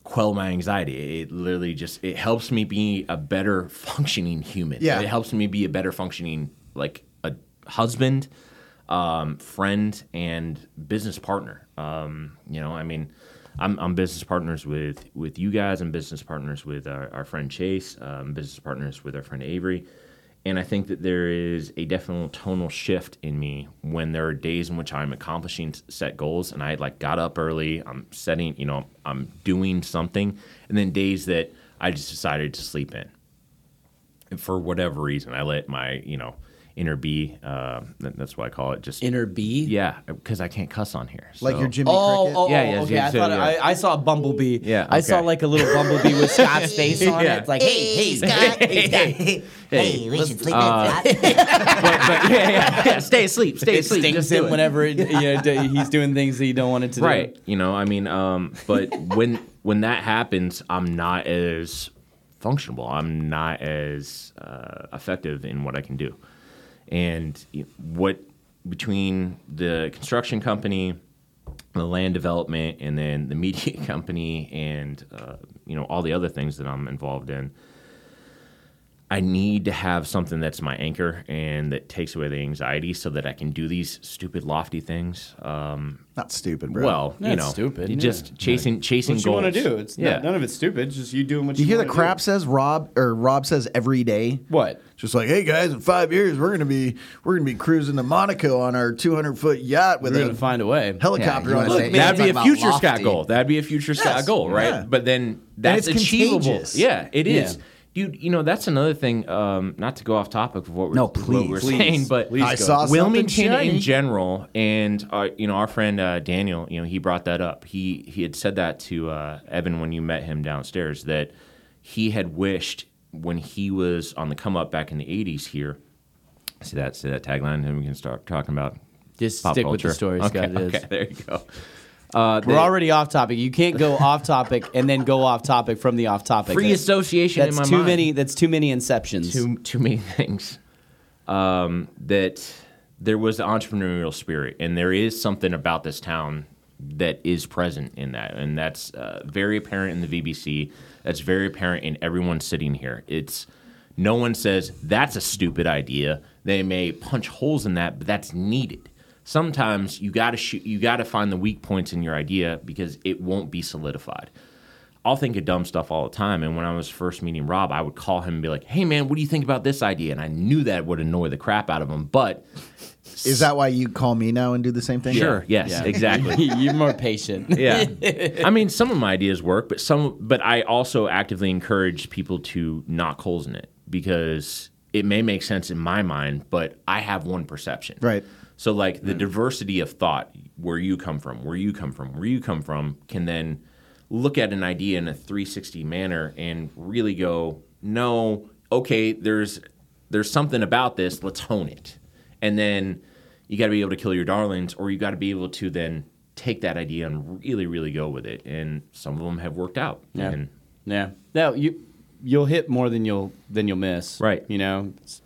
quell my anxiety. It literally just it helps me be a better functioning human. Yeah. It helps me be a better functioning like a husband, um, friend, and business partner. Um, you know, I mean, I'm, I'm business partners with with you guys. I'm business partners with our, our friend Chase. Um, business partners with our friend Avery. And I think that there is a definite tonal shift in me when there are days in which I'm accomplishing s- set goals and I like got up early, I'm setting, you know, I'm doing something, and then days that I just decided to sleep in. And for whatever reason, I let my, you know, inner B. Uh, th- that's what I call it. Just Inner B. yeah, because I can't cuss on here. Like so- your Jimmy Oh, Cricket. oh, Yeah, oh, yeah, okay. yeah, I so, thought yeah. I, I saw a bumblebee. Yeah, I saw okay. like a little bumblebee with Scott's face on Yeah. it. It's like, hey, hey, Scott, hey, Scott. hey, let's- uh, but, but- yeah, yeah, yeah, stay asleep, stay it asleep. stings just do him it. whenever it, you know, d- he's doing things that you don't want it to right do. you know i mean um but when when that happens i'm not as functional i'm not as uh, effective in what i can do and you know, what between the construction company the land development and then the media company and uh, you know all the other things that i'm involved in I need to have something that's my anchor and that takes away the anxiety so that I can do these stupid lofty things. Um, Not stupid, bro. well, you That's know, stupid, you yeah. Just chasing, chasing What you goals. want to do? It's yeah. none of it's stupid. It's just you doing what Do you you hear the wanna do. crap says Rob or Rob says every day? What? Just like, hey guys, in five years we're gonna be we're gonna be cruising to Monaco on our 200 foot yacht with We're gonna a find a way. helicopter Yeah, you on wanna it. say- Man, That'd talk be a about future Scott lofty. goal. That'd be a future Scott Yes, goal, right? yeah. But then that's it's achievable. contagious. Yeah, it is. Yeah. Dude, you know that's another thing. Um, not to go off topic of what we're, No, what we're please. saying, but I saw something Wilmington shiny. in general, and uh, you know our friend uh, Daniel, you know he brought that up. He he had said that to uh, Evan when you met him downstairs that he had wished when he was on the come up back in the '80s here. See that see that tagline, and we can start talking about Just pop stick with culture. the story, okay, Scott. It is. okay, there you go. We're already off topic. You can't go off topic and then go off topic from the off topic. Free That's- association That's in my too mind. many. That's too many inceptions. too too many things um, that there was the entrepreneurial spirit, and there is something about this town that is present in that, and that's uh, very apparent in the VBC. That's very apparent in everyone sitting here. It's no one says that's a stupid idea. They may punch holes in that, but that's needed. Sometimes you gotta shoot, you gotta find the weak points in your idea because it won't be solidified. I'll think of dumb stuff all the time. And when I was first meeting Rob, I would call him and be like, "Hey, man, what do you think about this idea?" And I knew that would annoy the crap out of him. But Is that why you call me now and do the same thing? sure, yes, Yeah. exactly. You're more patient. yeah. I mean, some of my ideas work, but some, but I also actively encourage people to knock holes in it because it may make sense in my mind, but I have one perception. Right. So, like the diversity of thought, where you come from, where you come from, where you come from, can then look at an idea in a 360 manner and really go, no, okay, there's there's something about this. Let's hone it, and then you got to be able to kill your darlings, or you got to be able to then take that idea and really, really go with it. And some of them have worked out. Yeah. And Yeah. No, you you'll hit more than you'll than you'll miss. Right. You know, It's-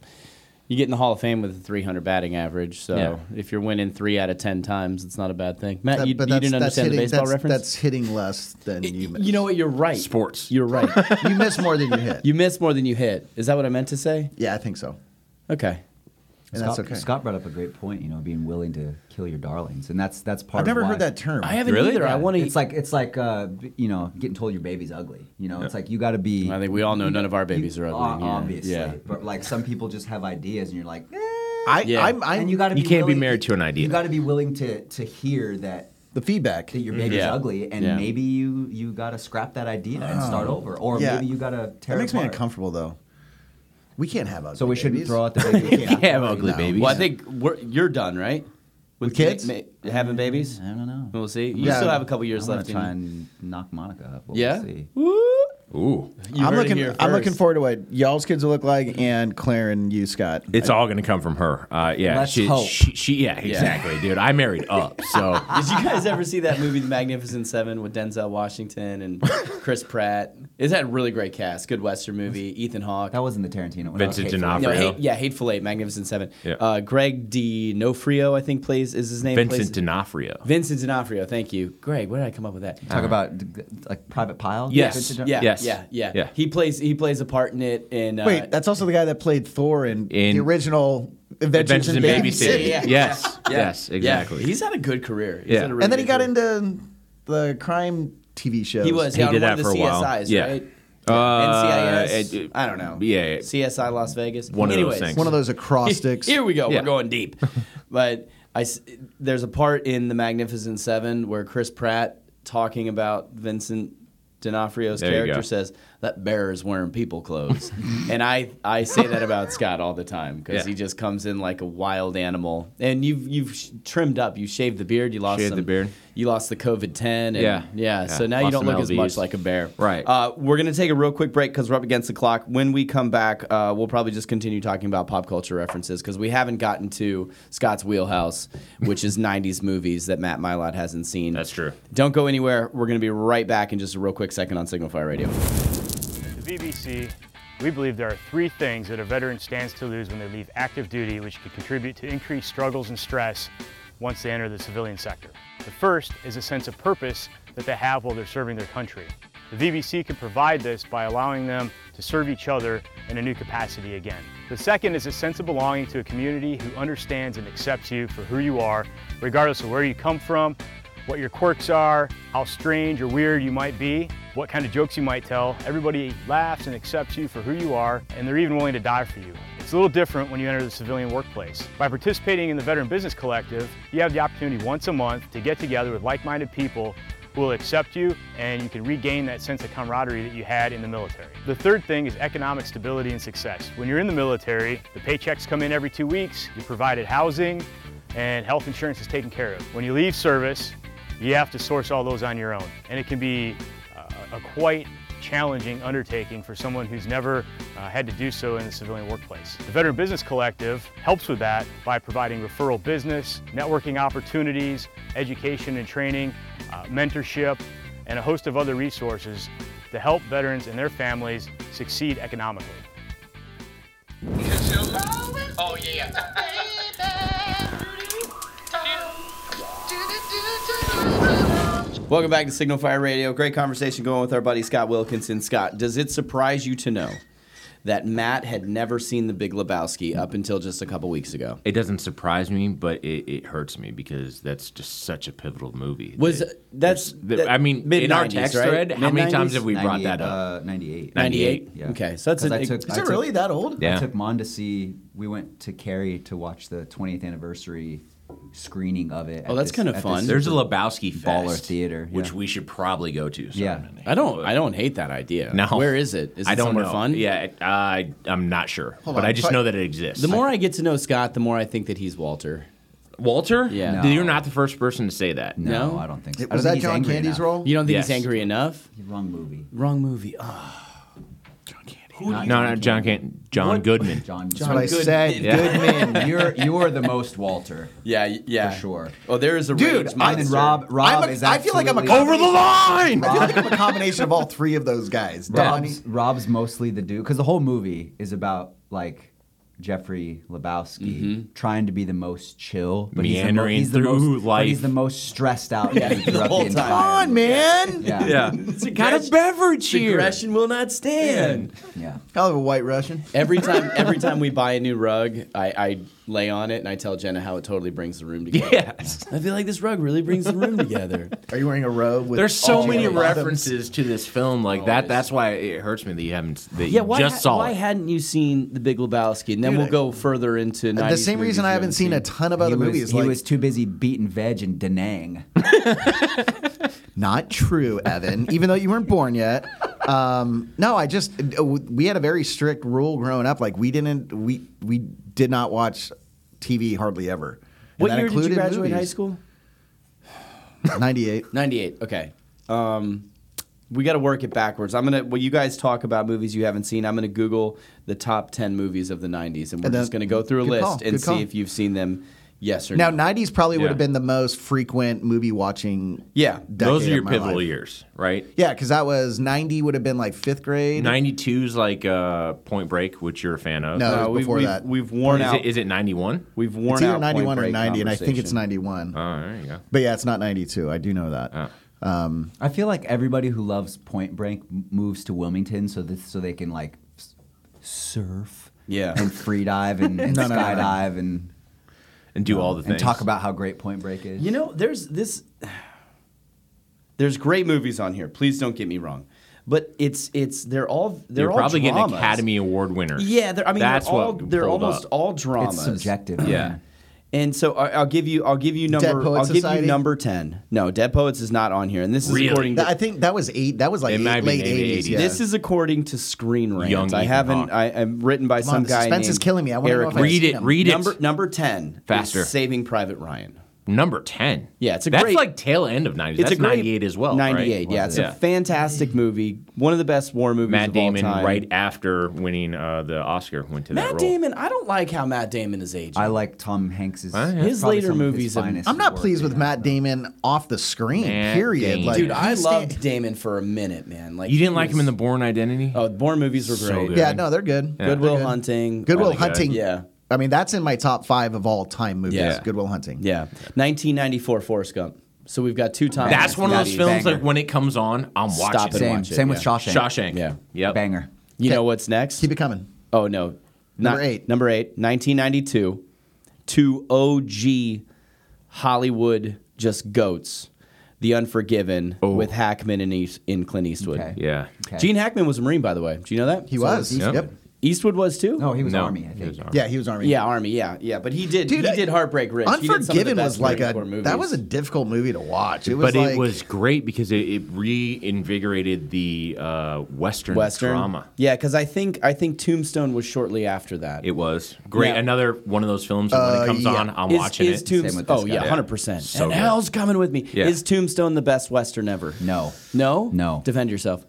you get in the Hall of Fame with a 300 batting average. So Yeah. if you're winning three out of ten times, it's not a bad thing. Matt, That- you, but you that's- didn't that's understand hitting, the baseball that's, reference. That's hitting less than you. Miss. you know what? You're right. sports. You're right. you miss more than you hit. you miss more than you hit. Is that what I meant to say? yeah, I think so. Okay. And that's Scott, okay. Scott brought up a great point, you know, being willing to kill your darlings, and that's that's part. I've never of why. heard that term. I haven't Really? either. I Yeah. want to. It's like it's like uh, b- you know, getting told your baby's ugly. You know, it's like you got to be. I think we all know none of our you- babies are ugly. o- yeah. Obviously, Yeah. but like some people just have ideas, and you're like, eh. I, Yeah. I'm, I'm, and you got to. You can't be willing- married to an idea. You got to be willing to to hear that the feedback. that your baby's Yeah. ugly, and Yeah. maybe you you got to scrap that idea and start over, or Yeah. maybe you got to tear. That makes it me apart. uncomfortable though. We can't have ugly. So we shouldn't babies. throw out the baby. Yeah. have ugly No. babies. Well, I think we're, you're done, right? With kids? ma- ma- having babies? I don't know. We'll see. You Yeah. still have a couple years I'm gonna left. in try you. and knock Monica up. We'll yeah. see. Woo! Ooh, You I'm heard it looking. here I'm looking first. forward to what y'all's kids will look like, and Claire and you, Scott. it's all going to come from her. Uh, yeah. Let's she, hope. She, she- yeah, exactly, dude. I married up, so. Did you guys ever see that movie, The Magnificent Seven, with Denzel Washington and Chris Pratt? It's had a really great cast. Good Western movie. Ethan Hawke. That wasn't the Tarantino. one. Vincent Okay, D'Onofrio. no, for hate, real? yeah, Hateful Eight, Magnificent Seven. Yeah. Uh, Greg D'Onofrio, I think, plays is his name. Vincent plays, D'Onofrio. Vincent D'Onofrio. Thank you, Greg. Where did I come up with that? Talk about d- g- like private pile. Yes. Vincent D'Onofrio? Yeah, Uh, Yes. yeah, yeah, Yeah. He plays he plays a part in it. And uh, Wait, that's also the guy that played Thor in, In- the original Adventures, Adventures in Babysitting. Babysitting. Yeah. Yes. Yeah. Yes. Yeah. Exactly. He's had a good career. He's Yeah. had a really And then he good got career. into the crime TV shows. He was. He yeah, on did one that of for the a while. CSIs, Yeah. Right? Uh, NCIS. it- it- I don't know. yeah. CSI Las Vegas. One of those Anyways, things. one of those acrostics. Here we go. Yeah. We're going deep. but I s- there's a part in The Magnificent Seven where Chris Pratt talking about Vincent D'Onofrio's There you go. character says, that bear is wearing people clothes. and I, I say that about Scott all the time because Yeah. he just comes in like a wild animal. And you've you've sh- trimmed up. You shaved the beard. You lost Shaved the some- beard. You lost the COVID ten. And Yeah. yeah. yeah. Yeah. So now you Lost don't some look as much LBs. like a bear. Right. Uh, we're gonna take a real quick break because we're up against the clock. When we come back, uh, we'll probably just continue talking about pop culture references because we haven't gotten to Scott's wheelhouse, which is '90s movies that Matt Mylod hasn't seen. That's true. Don't go anywhere. We're gonna be right back in just a real quick second on Signal Fire Radio. the BBC, we believe there are three things that a veteran stands to lose when they leave active duty, which can contribute to increased struggles and stress once they enter the civilian sector. The first is a sense of purpose that they have while they're serving their country. The VBC can provide this by allowing them to serve each other in a new capacity again. The second is a sense of belonging to a community who understands and accepts you for who you are, regardless of where you come from, what your quirks are, how strange or weird you might be, what kind of jokes you might tell. Everybody laughs and accepts you for who you are, and they're even willing to die for you. It's a little different when you enter the civilian workplace. By participating in the Veteran Business Collective, you have the opportunity once a month to get together with like minded people who will accept you and you can regain that sense of camaraderie that you had in the military. The third thing is economic stability and success. When you're in the military, the paychecks come in every two weeks, you're provided housing, and health insurance is taken care of. When you leave service, you have to source all those on your own. And it can be uh, a quite challenging undertaking for someone who's never uh, had to do so in the civilian workplace. The Veteran Business Collective helps with that by providing referral business, networking opportunities, education and training, uh, mentorship, and a host of other resources to help veterans and their families succeed economically. Oh yeah, yeah. Welcome back to Signal Fire Radio. Great conversation going with our buddy Scott Wilkinson. Scott, does it surprise you to know that Matt had never seen The Big Lebowski up until just a couple weeks ago? It doesn't surprise me, but it, it hurts me because that's just such a pivotal movie. Was- That- that's- that- that- I mean, in our mid-nineties, text right? thread, how many times Mid-nineties? have we brought that up? 98, Uh, 98. 98? Yeah. Okay, so that's 'Cause a- I took- Is I it took- really that old? Yeah. I took Mon to see. We went to Cary to watch the 20th anniversary screening of it. Oh, at that's this- kinda at this fun. There's a Lebowski Fest, Baller Theater, which yeah. we should probably go to. Yeah. someday. I don't. I don't hate that idea. No. Where is it? Is it I don't somewhere know. fun? Yeah, it- I I'm not sure, but on, I just but- know that it exists. The more I get to know Scott, the more I think that he's Walter. Walter, Yeah. No. you're not the first person to say that. No, No? I don't think so. I don't Was that think he's John angry Candy's enough. role? You don't think Yes. he's angry enough? Wrong movie. Wrong movie. Oh, No, no, John can't. John Goodman. John. That's what I said. Yeah. Goodman. You're you're the most Walter. yeah, y- yeah, For sure. Oh, there is a Dude, rage I'm Mine and monster. Rob. Rob I'm a- is I feel like I'm a absolutely- Over the line. I feel like I'm a combination of all three of those guys. Donnie. Rob's, Rob's mostly the dude because the whole movie is about like Jeffrey Lebowski Mm-hmm. trying to be the most chill, but he's the mo- Meandering he's the, through most, but he's life. the most stressed out dude the throughout whole entire time. Come on, man. Yeah. Yeah, got a beverage here. Aggression will not stand. yeah. Hell of a white Russian. Every time, every time we buy a new rug, I, I lay on it and I tell Jenna how it totally brings the room together. Yes. I feel like this rug really brings the room together. Are you wearing a robe with There's so all many yellow bottoms? references to this film like that. That's why it hurts me that you haven't. That you just saw it. hadn't you seen The Big Lebowski? And then we'll go further into The same reason I haven't seen a ton of other He, was, movies. he like, was too busy beating veg in Da Nang. Not true, Evan. even though you weren't born yet. Um, no, I just uh, we had a very strict rule growing up. Like we didn't we we did not watch TV hardly ever. And What that year did you included graduate movies. high school? Ninety eight. 98 okay um we got to work it backwards i'm gonna well you guys talk about movies you haven't seen i'm gonna google the top 10 movies of the 90s and we're And then- just gonna go through a good list call, and good see call. if you've seen them yes or Now no nineties probably would Yeah. have been the most frequent movie watching. yeah Those decade are your of my pivotal life. years, right? Yeah, because that was ninety would have been like fifth grade. 92 is like uh, Point Break, which you're a fan of. No, it was we've, before we've, that. we've worn Is out it, is it 91? we've worn it's either out ninety one Point or Break ninety, and I think it's conversation. ninety one. Oh, there you go. But yeah, it's not ninety two. I do know that. I feel like everybody who loves Point Break m- moves to Wilmington so this, so they can like s- surf yeah and free dive and, and No, no, no, no. skydive and And do all the and things. talk about how great Point Break is. You know, there's this. There's great movies on here. Please don't get me wrong, but it's it's they're all they're You're all probably dramas. getting Academy Award winners. Yeah, they're, I mean, that's they're all what they're pulled almost up. all dramas. it's subjective. Yeah. And so I- I'll give you I'll give you number Poets I'll give Society? you number ten. No, Dead Poets is not on here, and this is Really? according to That- I think that was eight. That was It like eight- might be late maybe eighties. 80s. Yeah. This is according to Screen Rant. Young I Ethan haven't. Hawke. I, I'm written by some the guy. suspense named is killing me. I wanna know Eric if I- Reed. Read it, Damn. read it. Number number ten. Faster. Is Saving Private Ryan. Number ten. Yeah, it's a that's great- like tail end of nineties. That's a great- ninety eight as well. right? Ninety eight. Yeah, it's Yeah. a fantastic movie. One of the best war movies Matt of all Damon time. right after winning uh, the Oscar went to that Matt role. Damon. I don't like how Matt Damon is aging. I like Tom Hanks's. Huh? it's His probably later some of movies are- finest I'm not work, pleased with yeah. Matt Damon off the screen. Matt period. Damon. Like, Dude, I he's loved sta- Damon for a minute, man. Like You didn't he like him was- in the Born Identity? Oh, Bourne movies were So great. good. Yeah, no, they're good. Goodwill Hunting. Goodwill Really good. Hunting. Yeah. I mean, that's in my top five of all time movies. Yeah. Goodwill Hunting. Yeah, 1994 Forrest Gump. So we've got two times. that's one of those Banger. films that when it comes on, I'm Stop watching. it. it. Same, watch same with yeah. Shawshank. Shawshank. Yeah. Yep. Banger. You know what's next? Keep it coming. Oh no, Number eight. Number eight, 1992. Two OG Hollywood just goats, The Unforgiven Oh. with Hackman and, East, and Clint Eastwood. Okay. Yeah. Okay. Gene Hackman was a Marine, by the way. Do you know that? He was. Yep. Yep. Eastwood was too. No, he was No, army. I he was think. Army. Yeah, he was Army. yeah, Army. Yeah, yeah. But he did. Dude, he I- did Heartbreak Ridge. He did some of the Unforgiven best was like Marine a Corps movies. that was a difficult movie to watch. It was But like, it was great because it, it reinvigorated the uh, Western, Western drama. Yeah, because I think I think Tombstone was shortly after that. It was Yeah. great. Another one of those films that when Uh, it comes yeah. on, I'm Is- watching is it. Tombs- Same with this oh guy. yeah, Yeah. hundred percent. So and good. hell's coming with me. Yeah. Is Tombstone the best Western ever? No. No. No. Defend yourself.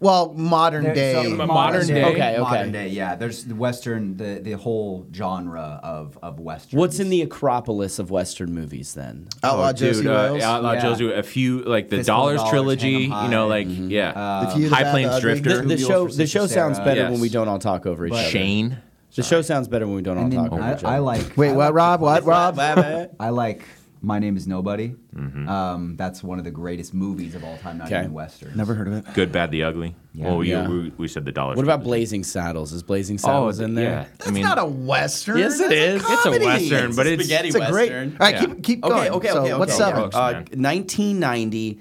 well modern There- day. some modern day. Okay, okay. Modern day, yeah. There's the Western, the, the whole genre of, of Western. What's in the Acropolis of Western movies then? Outlaw Josie Dude, uh, Wales. Outlaw Yeah. Josie, a few like the Fistful of Dollars Dollars, trilogy, Hang 'em you know, High. like yeah, The Few, the High Bad, uh, Plains the Ugly. The, Drifter, the Wheels show for the show Sister sounds Sarah. better Yes. when we don't all talk over each other. Shane. The show sounds better when we don't all And then talk over I, each I other. like. Wait, I what? like- Rob? What? Rob? I like My Name Is Nobody. Mm-hmm. Um, that's one of the greatest movies of all time, not Okay. even Western. Never heard of it. Good, bad, the ugly. Yeah. Well, you- Yeah. we, we said the Dollars. what about trilogy. Blazing Saddles? Is Blazing Oh, Saddles in there? yeah. I mean, It's not a western. Yes, it That's is. A It's a comedy. western, but it's- spaghetti It's a great. All western. right, Yeah. keep keep going. Okay, okay, So okay. What's okay. seven? Books, Uh, man. 1990.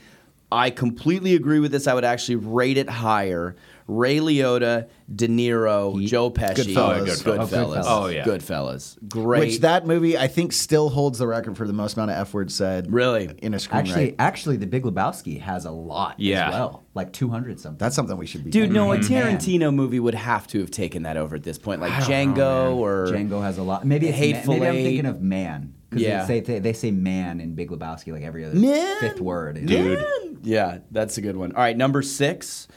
I completely agree with this. I would actually rate it higher. Ray Liotta, De Niro, Joe Pesci, Goodfellas. Oh, Goodfellas, Goodfellas. Goodfellas, Oh, yeah. Goodfellas. Great. Which that movie I think still holds the record for the most amount of f words said. Really? in a screenwrite. Actually, actually, The Big Lebowski has a lot Yeah. as well, like 200 something. that's something we should be. Dude, doing. no, a Mm-hmm. Tarantino movie would have to have taken that over at this point, like Django or Django has a lot. Maybe it's Hateful Ma- maybe I'm Eight. thinking of Man. 'cause they Yeah. say- they, they say man in Big Lebowski like every other Man. fifth word. you know? dude. Yeah, that's a good one. All right, number six.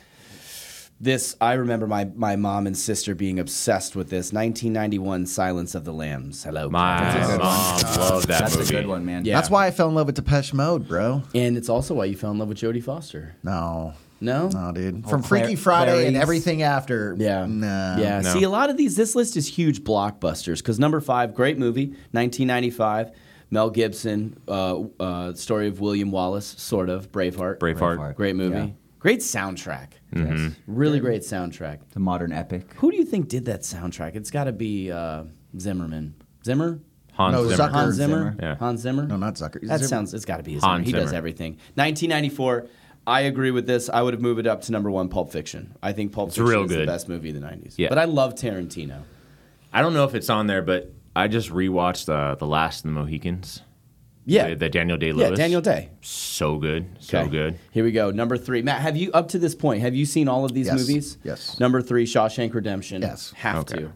This I remember my, my mom and sister being obsessed with this 1991 Silence of the Lambs. Hello, My kids. mom loved that That's movie. a good one, man. Yeah. That's why I fell in love with Depeche Mode, bro. and it's also why you fell in love with Jodie Foster. No, No, no, dude. From Oh, Clar- Freaky Friday and Clarice. everything after. Yeah. Nah. Yeah. No. See, a lot of these, this list is huge blockbusters because number five, great movie, 1995, Mel Gibson, uh, uh, story of William Wallace, sort of, Braveheart. Braveheart. Braveheart. Great movie. Yeah. Great soundtrack. Mm-hmm. Really great soundtrack. It's a modern epic. Who do you think did that soundtrack? It's got to be uh, Zimmerman. Zimmer? Hans No, Zimmer. Zucker. Hans Zimmer? Zimmer. Yeah. Hans Zimmer? No, not Zucker. That Zimmer. sounds, it's got to be his Hans name. He does Zimmer. everything. 1994. I agree with this. I would have moved it up to number one, Pulp Fiction. I think Pulp Fiction real is the good. best movie of the 90s. Yeah. But I love Tarantino. I don't know if it's on there, but I just rewatched uh, the Last of the Mohicans. Yeah. the, the Daniel Day yeah, Lewis. Daniel Day. So good, so Okay. good. Here we go. Number three. Matt, have you, up to this point, have you seen all of these Yes. movies? Yes. Number three, Shawshank Redemption. Yes. Have Okay. to.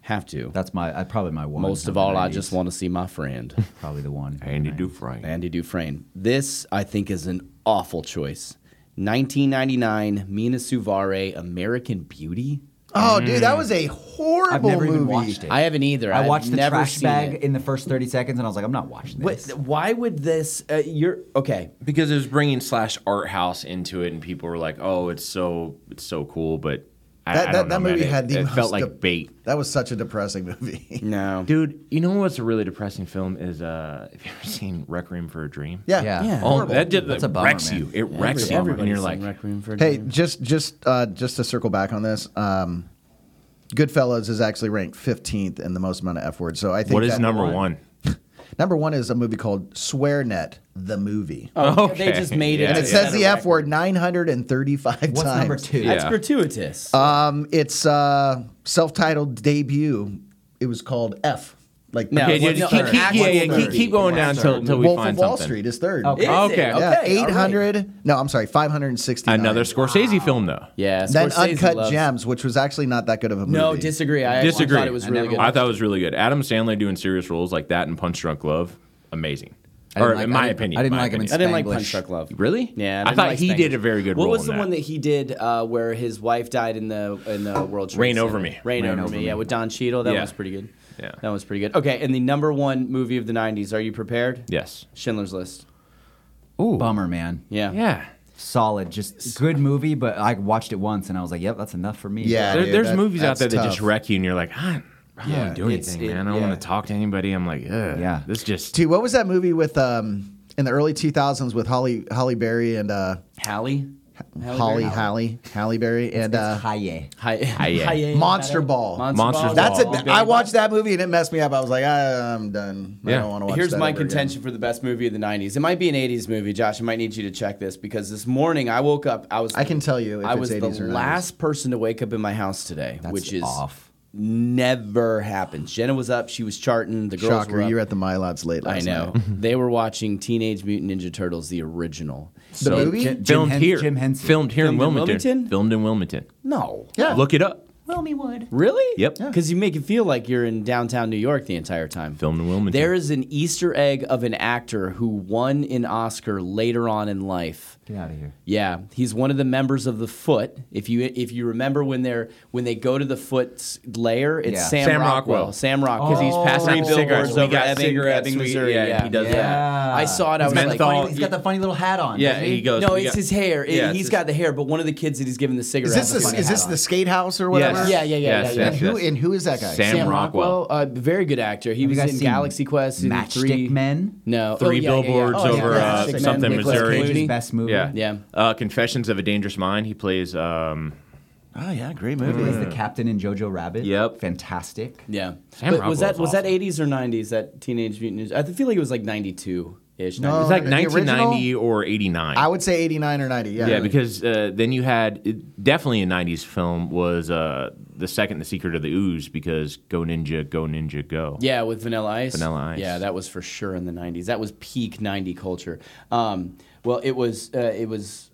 Have to. That's my I, probably my one. Most of the all, I 90s. just want to see my friend. probably the one. Andy Dufresne. Andy Dufresne. This, I think, is an awful choice. 1999, Mina Suvare, American Beauty. Oh, dude, that was a horrible Mm. I've never movie. even watched it. I haven't either. I I've watched the never trash seen bag It. in the first 30 seconds, and I was like, I'm not watching What, this. why would this? Uh, you're okay. Because it was bringing slash art house into it, and people were like, "Oh, it's so it's so cool," but I, That- I that- don't that know, man. movie It- had the it most felt like dep- bait. That was such a depressing movie. No, Dude, you know what's a really depressing film is uh have you ever seen Requiem for a Dream? Yeah. Yeah. Yeah. Oh, Horrible. that did That's that a bummer, wrecks man. you. It wrecks you. And you're like Hey, just just uh, just to circle back on this, um, Goodfellas is actually ranked 15th in the most amount of f words. So I think what is that- number one? Number one is a movie called SwearNet, the movie, oh, okay. they just made it. And and yeah, it to says set a the f record. word 935 What's times. number two? That's Yeah. gratuitous. Um, it's uh, self-titled debut. It was called F. Like No, the- yeah, yeah, what's just the keep, third? keep, yeah, yeah, What's keep, third? keep going down till, till we Wolf find of Wall something. Street is third. Is Okay. it? Okay, Yeah, all eight right. hundred. No, I'm sorry, five hundred sixty. Another Scorsese film, though. Yeah. Then Scorsese Uncut loves- Gems, which was actually not that good of a movie. No, disagree. I actually Disagree. thought it was I really never good. I thought it was really good. Adam Sandler doing serious roles like that in Punch Drunk Love, amazing. I didn't Or like- in my I didn't- opinion, I didn't my like him in opinion. I didn't like Spanglish. Punch Drunk Love. Really? Yeah. I didn't thought like he did Spanglish. a very good What role was in the that. one that he did uh, where his wife died in the in the World Trade? Reign Center? Over Me. Reign, over, me. Yeah, with Don Cheadle. That Yeah. was pretty good. Yeah. That was pretty good. Okay, and the number one movie of the '90s. Are you prepared? Yes. Schindler's List. Ooh. Bummer, man. Yeah. Yeah. Solid, just good movie, but I watched it once and I was like, yep, that's enough for me. Yeah. There, dude, there's that- movies out that's there that just tough. wreck you, and you're like, I, I don't Yeah, want to do it's- anything, it- man. I don't yeah. want to talk to anybody. I'm like, Ugh, Yeah. This just. Dude, what was that movie with um in the early two thousands with Holly Holly Berry and uh Hallie. Holly Halle Halle Berry and It's uh, Haye. Hi. yeah. Hi- Monster Ball. Monster Ball. That's it. Big I Bang. watched that movie and it messed me up. I was like, I, I'm done. I Yeah. don't want to watch. Here's that my ever again. contention for the best movie of the 90s. It might be an 80s movie, Josh. I might need you to check this because this morning I woke up. I was. I can tell you if I it's was 80s the or 90s. last person to wake up in my house today, That's which is off. never happens. Jenna was up. She was charting. The girls Shocker, were up. you were at the Mylabs late I last know. night. they were watching Teenage Mutant Ninja Turtles, the original. The movie? Jim- Filmed Hen- here. Jim Henson. Filmed here in Filmed in Wilmington. Wilmington? Filmed in Wilmington. No. Yeah. Look it up. Really? Yep. Yeah. Because you make it feel like you're in downtown New York the entire time. Filmed in Wilmington. There is an Easter egg of an actor who won an Oscar later on in life. Get out of here. Yeah, he's one of the members of the Foot. If you if you remember when they're when they go to the Foot's layer, it's Yeah. Sam, Sam Rockwell. Rockwell. Sam Rockwell because Oh. he's passing Three cigarettes. billboards We over got Ebbing, cigarettes, Ebbing, we- Missouri. yeah, Yeah, he does yeah. that. I saw it. I was got the like, funny- Funny, he's got the funny little hat on. Yeah, doesn't he? he goes. no, we it's got- his hair. It- Yeah, it's he's his- got the hair, but one of the kids that he's giving the Is cigarette. this the, is this the skate house or whatever? Yes. Yeah, yeah, yeah, Yes, yeah, yeah. And who yes. and who is that guy? Sam Sam Rockwell. Rockwell, uh, very good actor. He Have you was guys in seen Galaxy Quest in Matchstick three. Men? No, Oh, Three Three billboards over yeah. uh, Matchstick Men, something, Nicolas Missouri. Cage. His best movie. Yeah. Yeah. Uh, Confessions of a Dangerous Mind. He plays. Um, Oh yeah, great movie. He plays the captain in Jojo Rabbit. Mm. Yep. Fantastic. Yeah, Sam but was Rockwell's that was that awesome. eighties or nineties? That Teenage Mutant Ninja. I feel like it was like ninety two ish. No. it's like Oh, the original? 1990 or 89. I would say 89 or 90. Yeah. yeah, because uh, then you had it- definitely a 90s film was uh, the second The Secret of the Ooze because Go Ninja, Go Ninja, Go. Yeah, with Vanilla Ice. Vanilla Ice. Yeah, that was for sure in the nineties. That was peak ninety culture. Um, well, it was uh, it was.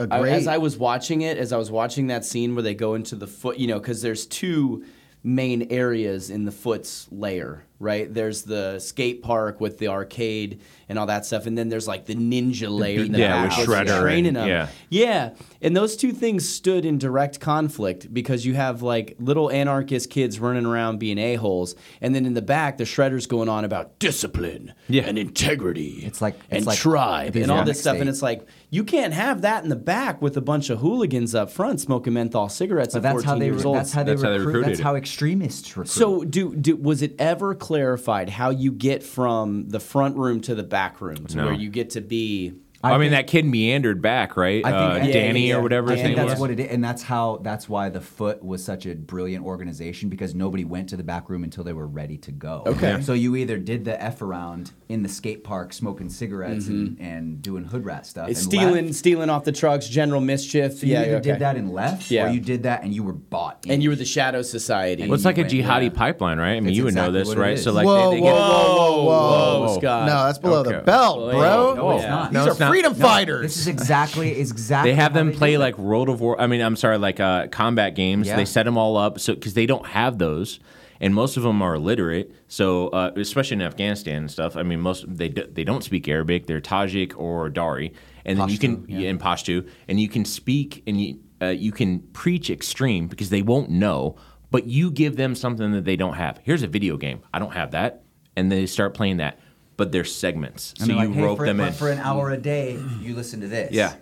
A I- great. as I was watching it, as I was watching that scene where they go into the foot, you know, because there's two main areas in the foot's layer, right? There's the skate park with the arcade and all that stuff, and then there's like the ninja layer. in the yeah, back with where it's Shredder training and- them. yeah. Yeah, and those two things stood in direct conflict because you have like little anarchist kids running around being a holes, and then in the back, the shredder's going on about discipline Yeah. and integrity. It's like- it's and like tribe the and all Islamic this stuff, and State. it's like you can't have that in the back with a bunch of hooligans up front smoking menthol cigarettes But at that's 14 how they. years old. That's how they That's how they recruit. that's recruited. how extremists recruit. so, do, do was it ever clarified how you get from the front room to the back room to No. where you get to be? I I, mean, think- that kid meandered back, right? uh, I- Danny yeah, or yeah. whatever I his think name that's was. what it is, and that's how that's why the Foot was such a brilliant organization because nobody went to the back room until they were ready to go. Okay. Yeah. So you either did the f around in the skate park, smoking cigarettes Mm-hmm. and, and doing hood rat stuff, and stealing, left. stealing off the trucks, general mischief. So you yeah, either okay. did that and left, Yeah. or you did that and you were bought. in. and you were the shadow society. Well, it's like a Right, jihadi yeah. pipeline, right? I mean, That's you would know exactly this, what it right? is. So like, whoa, they, they whoa, get, whoa, whoa, whoa, Scott. No, that's below the uh, Okay. belt, Well, bro. yeah. No, it's These not. Oh, No, are it's not. freedom No, fighters. This is exactly exactly. they have how them do play it. like World of War. I mean, I'm sorry, like uh, combat games. Yeah. They set them all up so because they don't have those, and most of them are illiterate. So uh, especially in Afghanistan and stuff. I mean, most they d- they don't speak Arabic. They're Tajik or Dari, and then you can yeah. in Pashto, and you can speak and you uh, you can preach extreme because they won't know. But you give them something that they don't have. Here's a video game. I don't have that, and they start playing that. But they're segments, so And you they're like, hey, rope for, them for- in. for an hour a day. You listen to this. yeah,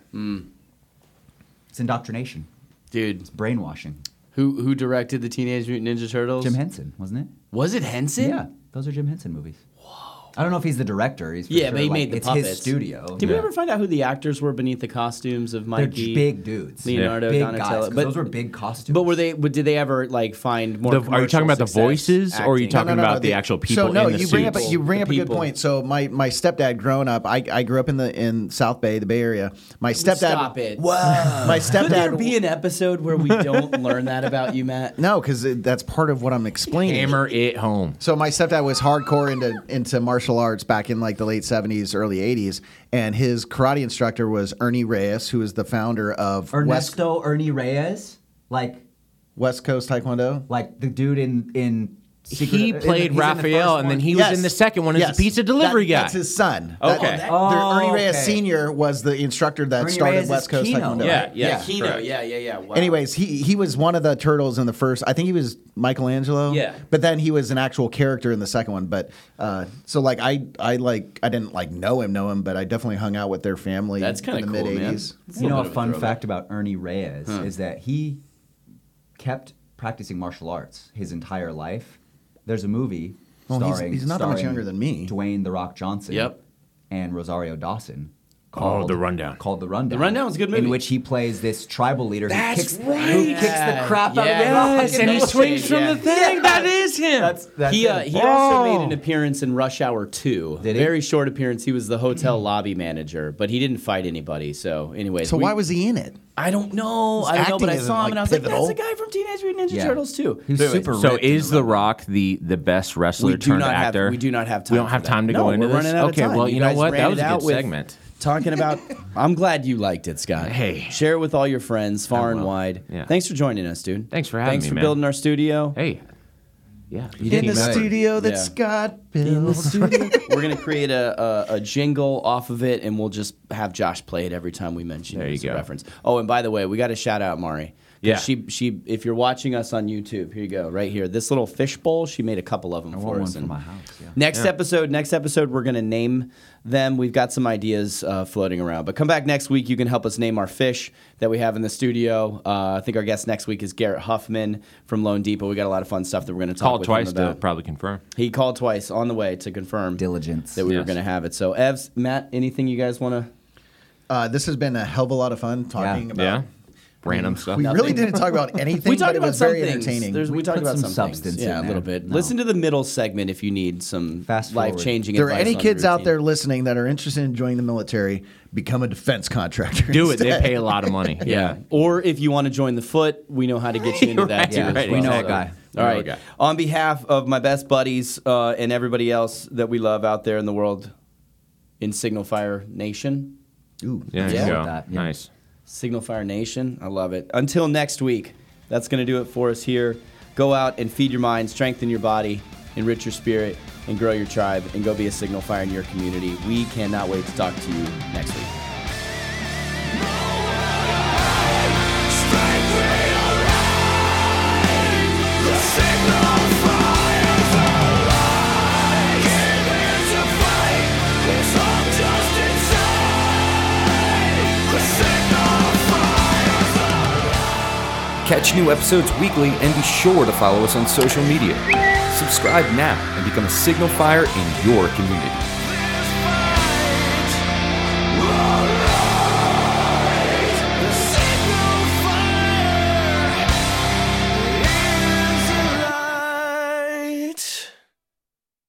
it's indoctrination, dude. brainwashing. Who who directed the Teenage Mutant Ninja Turtles? Jim Henson, wasn't it? Was it Henson? Yeah, those are Jim Henson movies. Whoa. I don't know if he's the director. He's for Yeah, sure, but he like, made the it's puppets. his studio. Did we ever find out who the actors were beneath the costumes of They're Mikey? j- big dudes. Leonardo big Donatello, guys, 'cause but- those were big costumes. But were they? But did they ever like find more? The- are you talking about the commercial voices, success or are you acting? talking about the they- actual So people no, in the you bring up suits? a, you bring The up a good people. point. So my my stepdad, growing up, I, I grew up in the in South Bay, the Bay Area. My stepdad, Stop it. my Could there stepdad, be an episode where we don't learn that about you, Matt? no, because that's part of what I'm explaining. Hammer it home. So my stepdad was hardcore into into martial arts back in like the late seventies, early eighties, and his karate instructor was Ernie Reyes, who is the founder of West Ernesto Ernie Reyes, like West Coast Taekwondo. like the dude in in. Secret- He in the- he's played in the first Raphael, and then one. he Yes. was in the second one as Yes. a pizza delivery That- guy. That's his son. Okay. That- that- Oh, their- Ernie Reyes okay. Senior was the instructor that Ernie started Reyes is West Coast Kino. Taekwondo. yeah, yeah, yeah, Kino, correct. yeah, yeah, yeah. Wow. Anyways, he he was one of the turtles in the first. I think he was Michelangelo. Yeah. But then he was an actual character in the second one. But uh, so like I I like I didn't like know him know him, but I definitely hung out with their family. That's kinda in the cool, man. mid '80s. You know, a fun fact about Ernie Reyes is that he kept practicing martial arts his entire life. There's a movie Well, he's- starring he's not that much starring younger than me. Dwayne the Rock Johnson. Yep. And Rosario Dawson. The Rundown. Called the rundown. The Rundown's a good movie. In which he plays this tribal leader That's who kicks, who right. kicks the Yeah. crap out of Yes, the rock. and he swings from the thing. That is him. That's, that's he uh, it. he also made an Oh. appearance in Rush Hour 2. Did he? Very short appearance. He was the hotel lobby manager, but he didn't fight anybody. So, anyways, So we- why was he in it? I don't know? I don't know, acting but I isn't, saw him like, and I was pivotal. like, that's the guy from Teenage Mutant Ninja Yeah. Turtles too. He's Wait, wait, super So ripped in is The Rock the the best wrestler we do turned not actor? have we do not have time. We don't for have that. time to No, go into we're this. running out okay, of time. well you, know guys what? ran That was it a out good with segment. Talking about, I'm glad you liked it, Scott. Hey. share it with all your friends, far and will. wide. Yeah. Thanks for joining us, dude. Thanks for having Oh, Thanks me, for man. building our studio. Hey, yeah, you In the studio that Yeah. Scott In the built. studio. We're gonna create a, a, a jingle off of it, and we'll just have Josh play it every time we mention There it you as a go. reference. Oh, and by the way, we got to shout out Mari. 'Cause Yeah. she she. If you're watching us on YouTube, here you go, right here. This little fishbowl, she made a couple of them I for want us. one for and- my house. Yeah. Next episode, next episode, we're gonna name them. We've got some ideas uh, floating around, but come back next week. You can help us name our fish that we have in the studio. Uh, I think our guest next week is Garrett Huffman from Lone Depot. We got a lot of fun stuff that we're gonna talk called with twice him to about. probably confirm. he called twice on the way to confirm Diligence. that we were Yes. gonna have it. So, Evs, Matt, anything you guys wanna? Uh, this has been a hell of a lot of fun talking about. Yeah, random stuff. We really didn't talk about anything. We talked but it about was some very things. entertaining. There's- we, talked put about some things. substance Yeah, in a little there. bit. No. Listen to the middle segment if you need some Fast forward. life changing. there are any kids out there listening that are interested in joining the military, become a defense contractor. do it. They instead. pay a lot of money. Yeah. Or if you want to join the foot, we know how to get you into that Right, too. as right, well. we know a So- All guy. We know a right. guy. On behalf of my best buddies uh, and everybody else that we love out there in the world in Signal Fire Nation, Ooh. Yeah, Yeah. there you go. That, yeah. Nice. Signal Fire Nation, I love it. Until next week, that's going to do it for us here. Go out and feed your mind, strengthen your body, enrich your spirit, and grow your tribe, and go be a Signal Fire in your community. We cannot wait to talk to you next week. Catch new episodes weekly and be sure to follow us on social media. Subscribe now and become a signal fire in your community.